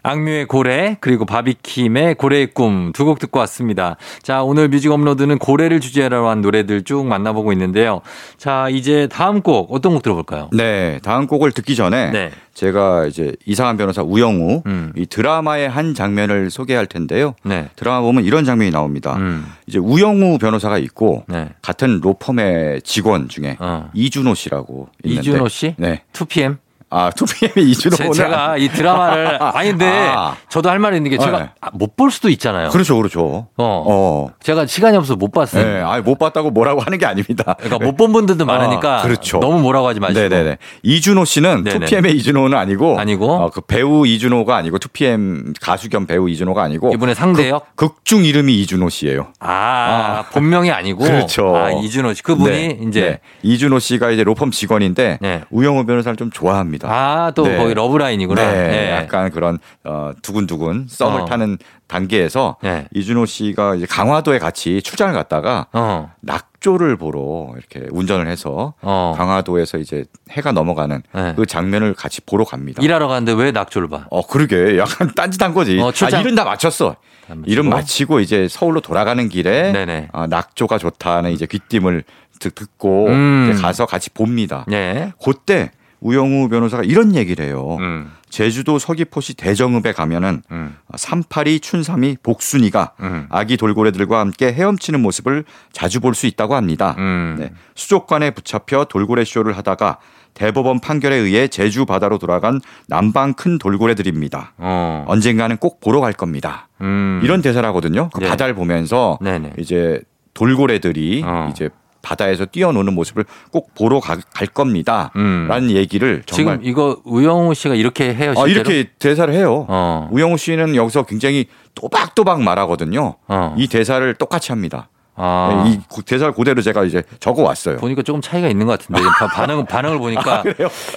[SPEAKER 1] 악뮤의 고래 그리고 바비킴의 고래의 꿈 두 곡 듣고 왔습니다. 자, 오늘 뮤직 업로드는 고래를 주제로 한 노래들 쭉 만나보고 있는데요. 자, 이제 다음 곡 어떤 곡 들어볼까요?
[SPEAKER 4] 네, 다음 곡을 듣기 전에
[SPEAKER 1] 네.
[SPEAKER 4] 제가 이제 이상한 변호사 우영우
[SPEAKER 1] 음.
[SPEAKER 4] 이 드라마의 한 장면을 소개할 텐데요.
[SPEAKER 1] 네.
[SPEAKER 4] 드라마 보면 이런 장면이 나옵니다.
[SPEAKER 1] 음.
[SPEAKER 4] 이제 우영우 변호사가 있고
[SPEAKER 1] 네.
[SPEAKER 4] 같은 로펌의 직원 중에
[SPEAKER 1] 어.
[SPEAKER 4] 이준호 씨라고 있는데
[SPEAKER 1] 이준호 씨?
[SPEAKER 4] 네.
[SPEAKER 1] 2PM?
[SPEAKER 4] 아, 투피엠의 이준호
[SPEAKER 1] 제,
[SPEAKER 4] 오늘
[SPEAKER 1] 제가 이 드라마를 아니 근데
[SPEAKER 4] 아.
[SPEAKER 1] 저도 할 말이 있는 게
[SPEAKER 4] 네.
[SPEAKER 1] 제가 아, 못 볼 수도 있잖아요.
[SPEAKER 4] 안- 그렇죠, 그렇죠.
[SPEAKER 1] 어.
[SPEAKER 4] 어.
[SPEAKER 1] 제가 시간이 없어서 못 봤어요.
[SPEAKER 4] 네, 아못 봤다고 뭐라고 하는 게 아닙니다.
[SPEAKER 1] 그러니까 못 본 분들도 많으니까
[SPEAKER 4] 네. 아, 그렇죠.
[SPEAKER 1] 너무 뭐라고 하지 마시고.
[SPEAKER 4] 네네네. 이준호 씨는
[SPEAKER 1] 네네.
[SPEAKER 4] 2PM의 이준호는 아니고
[SPEAKER 1] 아니고.
[SPEAKER 4] 어, 그 배우 이준호가 아니고 2PM 가수 겸 배우 이준호가 아니고
[SPEAKER 1] 이번에 상대역
[SPEAKER 4] 그 극중 이름이 이준호 씨예요.
[SPEAKER 1] 아, 본명이 아니고
[SPEAKER 4] 그렇죠.
[SPEAKER 1] 아, 이준호 씨 그분이
[SPEAKER 4] 네,
[SPEAKER 1] 이제
[SPEAKER 4] 네. 이준호 씨가 이제 로펌 직원인데
[SPEAKER 1] 네.
[SPEAKER 4] 우영우 변호사를 좀 좋아합니다.
[SPEAKER 1] 아 또
[SPEAKER 4] 네.
[SPEAKER 1] 거기 러브라인이구나.
[SPEAKER 4] 네,
[SPEAKER 1] 네.
[SPEAKER 4] 약간 그런 어, 두근두근 썸을
[SPEAKER 1] 어.
[SPEAKER 4] 타는 단계에서
[SPEAKER 1] 네.
[SPEAKER 4] 이준호 씨가 이제 강화도에 같이 출장을 갔다가
[SPEAKER 1] 어.
[SPEAKER 4] 낙조를 보러 이렇게 운전을 해서
[SPEAKER 1] 어.
[SPEAKER 4] 강화도에서 이제 해가 넘어가는
[SPEAKER 1] 네.
[SPEAKER 4] 그 장면을 같이 보러 갑니다.
[SPEAKER 1] 일하러 갔는데 왜 낙조를 봐?
[SPEAKER 4] 어 그러게 약간 딴짓한 거지.
[SPEAKER 1] 어, 출장-
[SPEAKER 4] 아, 일은 다 마쳤어.
[SPEAKER 1] 다음
[SPEAKER 4] 일은
[SPEAKER 1] 주고.
[SPEAKER 4] 마치고 이제 서울로 돌아가는
[SPEAKER 1] 네네.
[SPEAKER 4] 길에 아, 낙조가 좋다는 이제 귀띔을 듣- 듣고
[SPEAKER 1] 음.
[SPEAKER 4] 이제 가서 같이 봅니다.
[SPEAKER 1] 네.
[SPEAKER 4] 그때 우영우 변호사가 이런 얘기를 해요.
[SPEAKER 1] 음.
[SPEAKER 4] 제주도 서귀포시 대정읍에 가면은
[SPEAKER 1] 음.
[SPEAKER 4] 삼파리, 춘삼이, 복순이가
[SPEAKER 1] 음.
[SPEAKER 4] 아기 돌고래들과 함께 헤엄치는 모습을 자주 볼 수 있다고 합니다.
[SPEAKER 1] 음.
[SPEAKER 4] 네, 수족관에 붙잡혀 돌고래 쇼를 하다가 대법원 판결에 의해 제주 바다로 돌아간 남방 큰 돌고래들입니다.
[SPEAKER 1] 어.
[SPEAKER 4] 언젠가는 꼭 보러 갈 겁니다.
[SPEAKER 1] 음.
[SPEAKER 4] 아, 이런 대사라거든요. 그
[SPEAKER 1] 네.
[SPEAKER 4] 바다를 보면서
[SPEAKER 1] 네네.
[SPEAKER 4] 이제 돌고래들이
[SPEAKER 1] 어.
[SPEAKER 4] 이제 바다에서 뛰어노는 모습을 꼭 보러 가- 갈 겁니다.
[SPEAKER 1] 음.
[SPEAKER 4] 라는 얘기를 정말
[SPEAKER 1] 지금 이거 우영우 씨가 이렇게 해요.
[SPEAKER 4] 아,
[SPEAKER 1] 실제로?
[SPEAKER 4] 이렇게 대사를 해요.
[SPEAKER 1] 어.
[SPEAKER 4] 우영우 씨는 여기서 굉장히 또박또박 말하거든요.
[SPEAKER 1] 어.
[SPEAKER 4] 이 대사를 똑같이 합니다. 네,
[SPEAKER 1] 아.
[SPEAKER 4] 이 고- 대사를 그대로 제가 이제 아, 적어 왔어요.
[SPEAKER 1] 보니까 조금 차이가 있는 것 같은데 바- 반응 반응을 보니까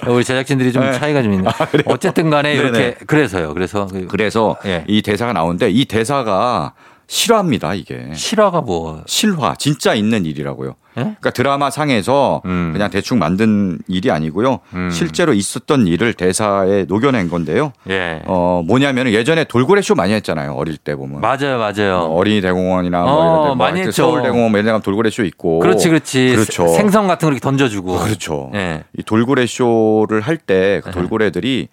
[SPEAKER 1] 우리 제작진들이 좀 차이가 좀 있네. 어쨌든간에
[SPEAKER 4] 아, 네네.
[SPEAKER 1] 이렇게 그래서요. 그래서 그
[SPEAKER 4] 그래서
[SPEAKER 1] 예.
[SPEAKER 4] 이 대사가 나오는데 이 대사가 실화입니다, 이게.
[SPEAKER 1] 실화가 뭐
[SPEAKER 4] 실화, 진짜 있는 일이라고요.
[SPEAKER 1] 예?
[SPEAKER 4] 그러니까 드라마 상에서
[SPEAKER 1] 음.
[SPEAKER 4] 그냥 대충 만든 일이 아니고요.
[SPEAKER 1] 음.
[SPEAKER 4] 실제로 있었던 일을 대사에 녹여낸 건데요.
[SPEAKER 1] 예.
[SPEAKER 4] 어, 뭐냐면 은 예전에 돌고래 쇼 많이 했잖아요. 어릴 때 보면.
[SPEAKER 1] 맞아요, 맞아요.
[SPEAKER 4] 어, 어린이 대공원이나 뭐
[SPEAKER 1] 어,
[SPEAKER 4] 이런 데뭐
[SPEAKER 1] 많이
[SPEAKER 4] 하여튼
[SPEAKER 1] 했죠.
[SPEAKER 4] 서울 대공원 뭐 이런 데 가면 돌고래 쇼 있고.
[SPEAKER 1] 그렇지, 그렇지.
[SPEAKER 4] 그렇죠.
[SPEAKER 1] 세- 생선 같은 거 이렇게 던져주고.
[SPEAKER 4] 그렇죠.
[SPEAKER 1] 예.
[SPEAKER 4] 이 돌고래 쇼를 할 때그 돌고래들이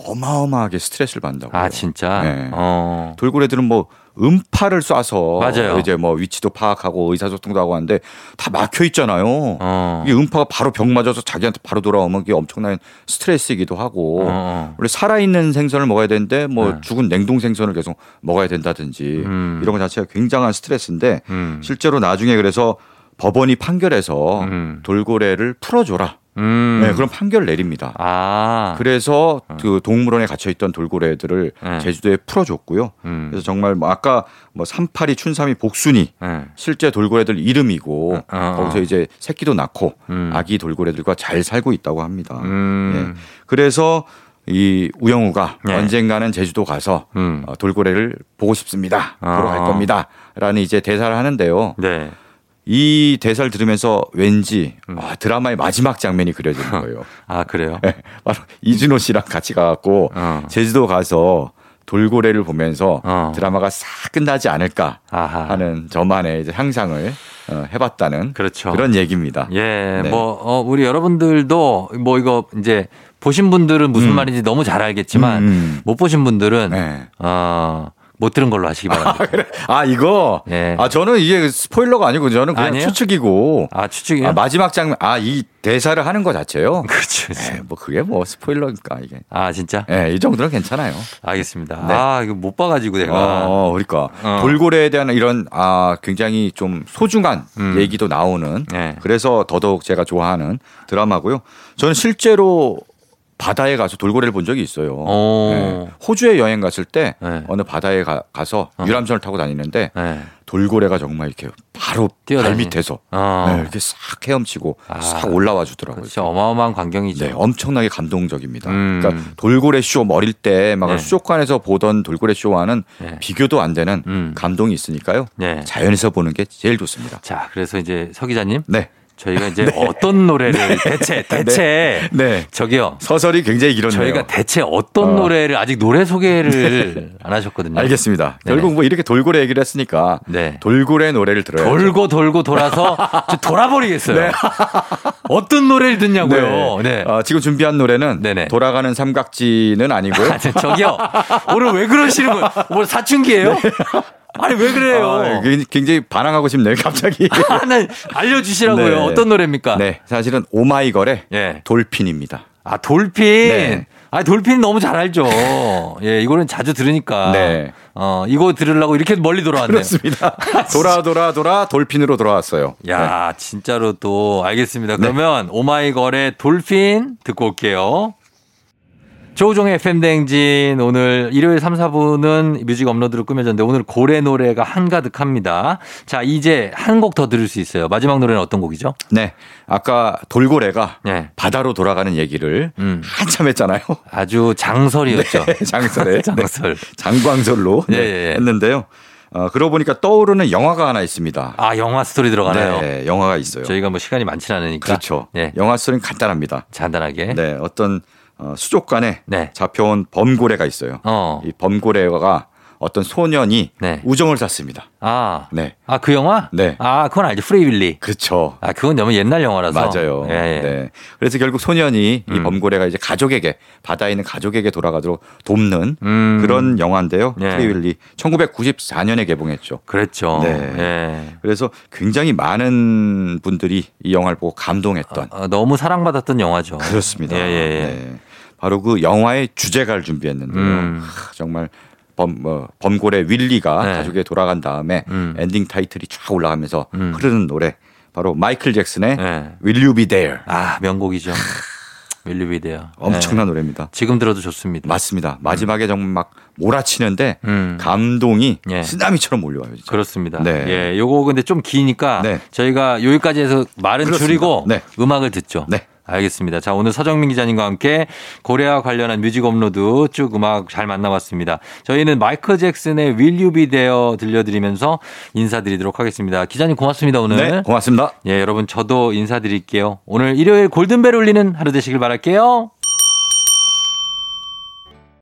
[SPEAKER 4] 어마어마하게 스트레스를 받는다고.
[SPEAKER 1] 아 진짜.
[SPEAKER 4] 네.
[SPEAKER 1] 어.
[SPEAKER 4] 돌고래들은 뭐 음파를 쏴서
[SPEAKER 1] 맞아요.
[SPEAKER 4] 이제 뭐 위치도 파악하고 의사소통도 하고 하는데 다 막혀 있잖아요.
[SPEAKER 1] 어.
[SPEAKER 4] 이게 음파가 바로 병 맞아서 자기한테 바로 돌아오면 이게 엄청난 스트레스이기도 하고
[SPEAKER 1] 어, 어.
[SPEAKER 4] 원래 살아있는 생선을 먹어야 되는데 뭐
[SPEAKER 1] 네.
[SPEAKER 4] 죽은 냉동 생선을 계속 먹어야 된다든지
[SPEAKER 1] 음.
[SPEAKER 4] 이런 것 자체가 굉장한 스트레스인데
[SPEAKER 1] 음.
[SPEAKER 4] 실제로 나중에 그래서 법원이 판결해서
[SPEAKER 1] 음.
[SPEAKER 4] 돌고래를 풀어줘라
[SPEAKER 1] 음.
[SPEAKER 4] 네, 그런 판결을 내립니다.
[SPEAKER 1] 아.
[SPEAKER 4] 그래서 그 동물원에 갇혀 있던 돌고래들을
[SPEAKER 1] 네.
[SPEAKER 4] 제주도에 풀어줬고요.
[SPEAKER 1] 음.
[SPEAKER 4] 그래서 정말 뭐 아까 뭐 삼파리, 춘삼이, 복순이
[SPEAKER 1] 예.
[SPEAKER 4] 실제 돌고래들 이름이고
[SPEAKER 1] 어, 어, 어.
[SPEAKER 4] 거기서 이제 새끼도 낳고
[SPEAKER 1] 음.
[SPEAKER 4] 아기 돌고래들과 잘 살고 있다고 합니다.
[SPEAKER 1] 음.
[SPEAKER 4] 예. 그래서 이 우영우가
[SPEAKER 1] 네.
[SPEAKER 4] 언젠가는 제주도 가서
[SPEAKER 1] 음.
[SPEAKER 4] 어, 돌고래를 보고 싶습니다. 보러 갈
[SPEAKER 1] 어.
[SPEAKER 4] 겁니다. 라는 이제 대사를 하는데요.
[SPEAKER 1] 네.
[SPEAKER 4] 이 대사를 들으면서 왠지
[SPEAKER 1] 음.
[SPEAKER 4] 아, 드라마의 마지막 장면이 그려지는 거예요.
[SPEAKER 1] 아, 그래요?
[SPEAKER 4] 네. 바로 이준호 씨랑 같이 가갖고
[SPEAKER 1] 어.
[SPEAKER 4] 제주도 가서 돌고래를 보면서
[SPEAKER 1] 어.
[SPEAKER 4] 드라마가 싹 끝나지 않을까
[SPEAKER 1] 아하.
[SPEAKER 4] 하는 저만의 이제 향상을 어, 해봤다는
[SPEAKER 1] 그렇죠.
[SPEAKER 4] 런 얘기입니다.
[SPEAKER 1] 예,
[SPEAKER 4] 네.
[SPEAKER 1] 뭐, 어, 우리 여러분들도 뭐 이거 이제 보신 분들은 무슨 말인지 너무 잘 알겠지만
[SPEAKER 4] 음.
[SPEAKER 1] 못 보신 분들은,
[SPEAKER 4] 네.
[SPEAKER 1] 어, 못 들은 걸로 하시기 바랍니다.
[SPEAKER 4] 아 이거
[SPEAKER 1] 예.
[SPEAKER 4] 아 저는 이게 스포일러가 아니고 저는 그냥
[SPEAKER 1] 아니에요?
[SPEAKER 4] 추측이고
[SPEAKER 1] 아, 추측이요?
[SPEAKER 4] 아, 마지막 장면 아 이 대사를 하는 거 자체요.
[SPEAKER 1] 그렇죠.
[SPEAKER 4] 예, 뭐 그게 뭐 스포일러니까 이게.
[SPEAKER 1] 아, 진짜?
[SPEAKER 4] 예, 이 정도는 괜찮아요.
[SPEAKER 1] 알겠습니다.
[SPEAKER 4] 네.
[SPEAKER 1] 아, 이거 못 봐가지고 내가.
[SPEAKER 4] 어, 그러니까
[SPEAKER 1] 어.
[SPEAKER 4] 돌고래에 대한 이런 아 굉장히 좀 소중한
[SPEAKER 1] 음.
[SPEAKER 4] 얘기도 나오는
[SPEAKER 1] 네.
[SPEAKER 4] 그래서 더더욱 제가 좋아하는 드라마고요. 저는 실제로 바다에 가서 돌고래를 본 적이 있어요.
[SPEAKER 1] 오.
[SPEAKER 4] 예, 호주에 여행 갔을 때
[SPEAKER 1] 네.
[SPEAKER 4] 어느 바다에 가, 서
[SPEAKER 1] 어.
[SPEAKER 4] 유람선을 타고 다니는데
[SPEAKER 1] 네.
[SPEAKER 4] 돌고래가 정말 이렇게 바로 발
[SPEAKER 1] 뛰어다니.
[SPEAKER 4] 밑에서
[SPEAKER 1] 어. 아.
[SPEAKER 4] 네, 이렇게 싹 헤엄치고 싹 올라와 주더라고요.
[SPEAKER 1] 진짜 그렇죠. 어마어마한 광경이죠.
[SPEAKER 4] 네, 엄청나게 감동적이입니다.
[SPEAKER 1] 음.
[SPEAKER 4] 그러니까 돌고래 쇼 어릴 때 막
[SPEAKER 1] 네.
[SPEAKER 4] 수족관에서 보던 돌고래 쇼와는
[SPEAKER 1] 네.
[SPEAKER 4] 비교도 안 되는
[SPEAKER 1] 음.
[SPEAKER 4] 감동이 있으니까요.
[SPEAKER 1] 네.
[SPEAKER 4] 자연에서 보는 게 제일 좋습니다.
[SPEAKER 1] 자, 그래서 이제 서 기자님,
[SPEAKER 4] 네.
[SPEAKER 1] 저희가 이제 어떤 노래를 대체, 대체,
[SPEAKER 4] 네.
[SPEAKER 1] 저기요.
[SPEAKER 4] 서설이 굉장히 길었네요.
[SPEAKER 1] 저희가 대체 어떤
[SPEAKER 4] 어. 네.
[SPEAKER 1] 노래를 아직 노래 소개를 안 하셨거든요.
[SPEAKER 4] 알겠습니다.
[SPEAKER 1] 네네.
[SPEAKER 4] 결국 뭐 이렇게 돌고래 얘기를 했으니까
[SPEAKER 1] 네.
[SPEAKER 4] 돌고래 노래를 들어요.
[SPEAKER 1] 돌고 돌고 돌아서 저 돌아버리겠어요. 어떤 노래를 듣냐고요. 네.
[SPEAKER 4] 네. 어, 지금 준비한 노래는
[SPEAKER 1] 네네.
[SPEAKER 4] 돌아가는 삼각지는 아니고요.
[SPEAKER 1] 아, 저- 저기요. 오늘 왜 그러시는 거예요? 오늘 사춘기예요? 아니 왜 그래요?
[SPEAKER 4] 네.
[SPEAKER 1] 아,
[SPEAKER 4] 아, 굉장히 반항하고 싶네요. 갑자기.
[SPEAKER 1] 하나 알려주시라고요.
[SPEAKER 4] 네.
[SPEAKER 1] 어떤 노래입니까?
[SPEAKER 4] 네, 사실은 오마이걸의
[SPEAKER 1] 그러니까. 예.
[SPEAKER 4] 돌핀입니다.
[SPEAKER 1] 아 돌핀.
[SPEAKER 4] 네.
[SPEAKER 1] 아 돌핀 너무 잘 알죠. 예, 이거는 자주 들으니까.
[SPEAKER 4] 네.
[SPEAKER 1] 어 이거 들으려고 이렇게 멀리 돌아왔네요.
[SPEAKER 4] 그렇습니다. 돌아 돌아 돌아 돌핀으로 돌아왔어요.
[SPEAKER 1] 야
[SPEAKER 4] 네.
[SPEAKER 1] 진짜로 또 알겠습니다. 그러면 오마이걸의 돌핀 듣고 올게요. 조우종의 FM 대행진 오늘 일요일 3, 4부는 뮤직 업로드로 꾸며졌는데 오늘 고래 노래가 한가득합니다. 자 이제 한 곡 더 들을 수 있어요. 마지막 노래는 어떤 곡이죠?
[SPEAKER 4] 네. 아까 돌고래가
[SPEAKER 1] 네.
[SPEAKER 4] 바다로 돌아가는 얘기를
[SPEAKER 1] 음.
[SPEAKER 4] 한참 했잖아요.
[SPEAKER 1] 아주 네, 장설이었죠.
[SPEAKER 4] 장설에
[SPEAKER 1] 장설.
[SPEAKER 4] 장광설로
[SPEAKER 1] 예,
[SPEAKER 4] 네,
[SPEAKER 1] 예, 예.
[SPEAKER 4] 했는데요. 어, 그러고 보니까 떠오르는 영화가 하나 있습니다.
[SPEAKER 1] 아 영화 스토리 들어가나요?
[SPEAKER 4] 네, 영화가 있어요.
[SPEAKER 1] 저희가 뭐 시간이 많진 않으니까.
[SPEAKER 4] 그렇죠.
[SPEAKER 1] 예.
[SPEAKER 4] 영화 소리는 간단합니다.
[SPEAKER 1] 간단하게.
[SPEAKER 4] 네, 어떤 어, 수족관에
[SPEAKER 1] 네.
[SPEAKER 4] 잡혀온 범고래가 있어요.
[SPEAKER 1] 어.
[SPEAKER 4] 이 범고래가 어떤 소년이
[SPEAKER 1] 네.
[SPEAKER 4] 우정을 샀습니다.
[SPEAKER 1] 아.
[SPEAKER 4] 네,
[SPEAKER 1] 아, 그 영화?
[SPEAKER 4] 네.
[SPEAKER 1] 아, 그건 알죠. 프레이빌리.
[SPEAKER 4] 그렇죠.
[SPEAKER 1] 아, 그건 너무 옛날 영화라서.
[SPEAKER 4] 맞아요.
[SPEAKER 1] 예, 음. 예.
[SPEAKER 4] 네. 그래서 결국 소년이 이 범고래가 이제 가족에게 바다에 있는 가족에게 돌아가도록 돕는
[SPEAKER 1] 음.
[SPEAKER 4] 그런 영화인데요.
[SPEAKER 1] 예.
[SPEAKER 4] 프리윌리 1994년에 개봉했죠.
[SPEAKER 1] 그랬죠.
[SPEAKER 4] 네.
[SPEAKER 1] 예.
[SPEAKER 4] 그래서 굉장히 많은 분들이 이 영화를 보고 감동했던
[SPEAKER 1] 아, 너무 사랑받았던 영화죠.
[SPEAKER 4] 그렇습니다.
[SPEAKER 1] 예, 예, 예.
[SPEAKER 4] 네. 바로 그 영화의 주제가를 준비했는데요.
[SPEAKER 1] 음.
[SPEAKER 4] 하, 정말 범, 뭐, 범고래 윌리가
[SPEAKER 1] 네.
[SPEAKER 4] 가족에 돌아간 다음에
[SPEAKER 1] 음.
[SPEAKER 4] 엔딩 타이틀이 쫙 올라가면서
[SPEAKER 1] 음.
[SPEAKER 4] 흐르는 노래 바로 마이클 잭슨의
[SPEAKER 1] 네.
[SPEAKER 4] Will You Be There
[SPEAKER 1] 아, 명곡이죠. 윌리비데요.
[SPEAKER 4] 엄청난 노래입니다.
[SPEAKER 1] 지금 들어도 좋습니다.
[SPEAKER 4] 맞습니다. 마지막에 정말 막 몰아치는데
[SPEAKER 1] 음.
[SPEAKER 4] 감동이
[SPEAKER 1] 예.
[SPEAKER 4] 쓰나미처럼 몰려와요. 진짜.
[SPEAKER 1] 그렇습니다.
[SPEAKER 4] 네.
[SPEAKER 1] 예, 요거 근데 좀 기니까
[SPEAKER 4] 네.
[SPEAKER 1] 저희가 여기까지 해서 말은
[SPEAKER 4] 그렇습니다.
[SPEAKER 1] 줄이고
[SPEAKER 4] 네.
[SPEAKER 1] 음악을 듣죠.
[SPEAKER 4] 네.
[SPEAKER 1] 알겠습니다. 자, 오늘 서정민 기자님과 함께 고래와 관련한 뮤직 업로드 쭉 음악 잘 만나봤습니다. 저희는 마이클 잭슨의 Will You Be There 들려드리면서 인사드리도록 하겠습니다. 기자님 고맙습니다, 오늘.
[SPEAKER 4] 네, 고맙습니다.
[SPEAKER 1] 예, 여러분 저도 인사드릴게요. 오늘 일요일 골든벨 울리는 하루 되시길 바랄게요.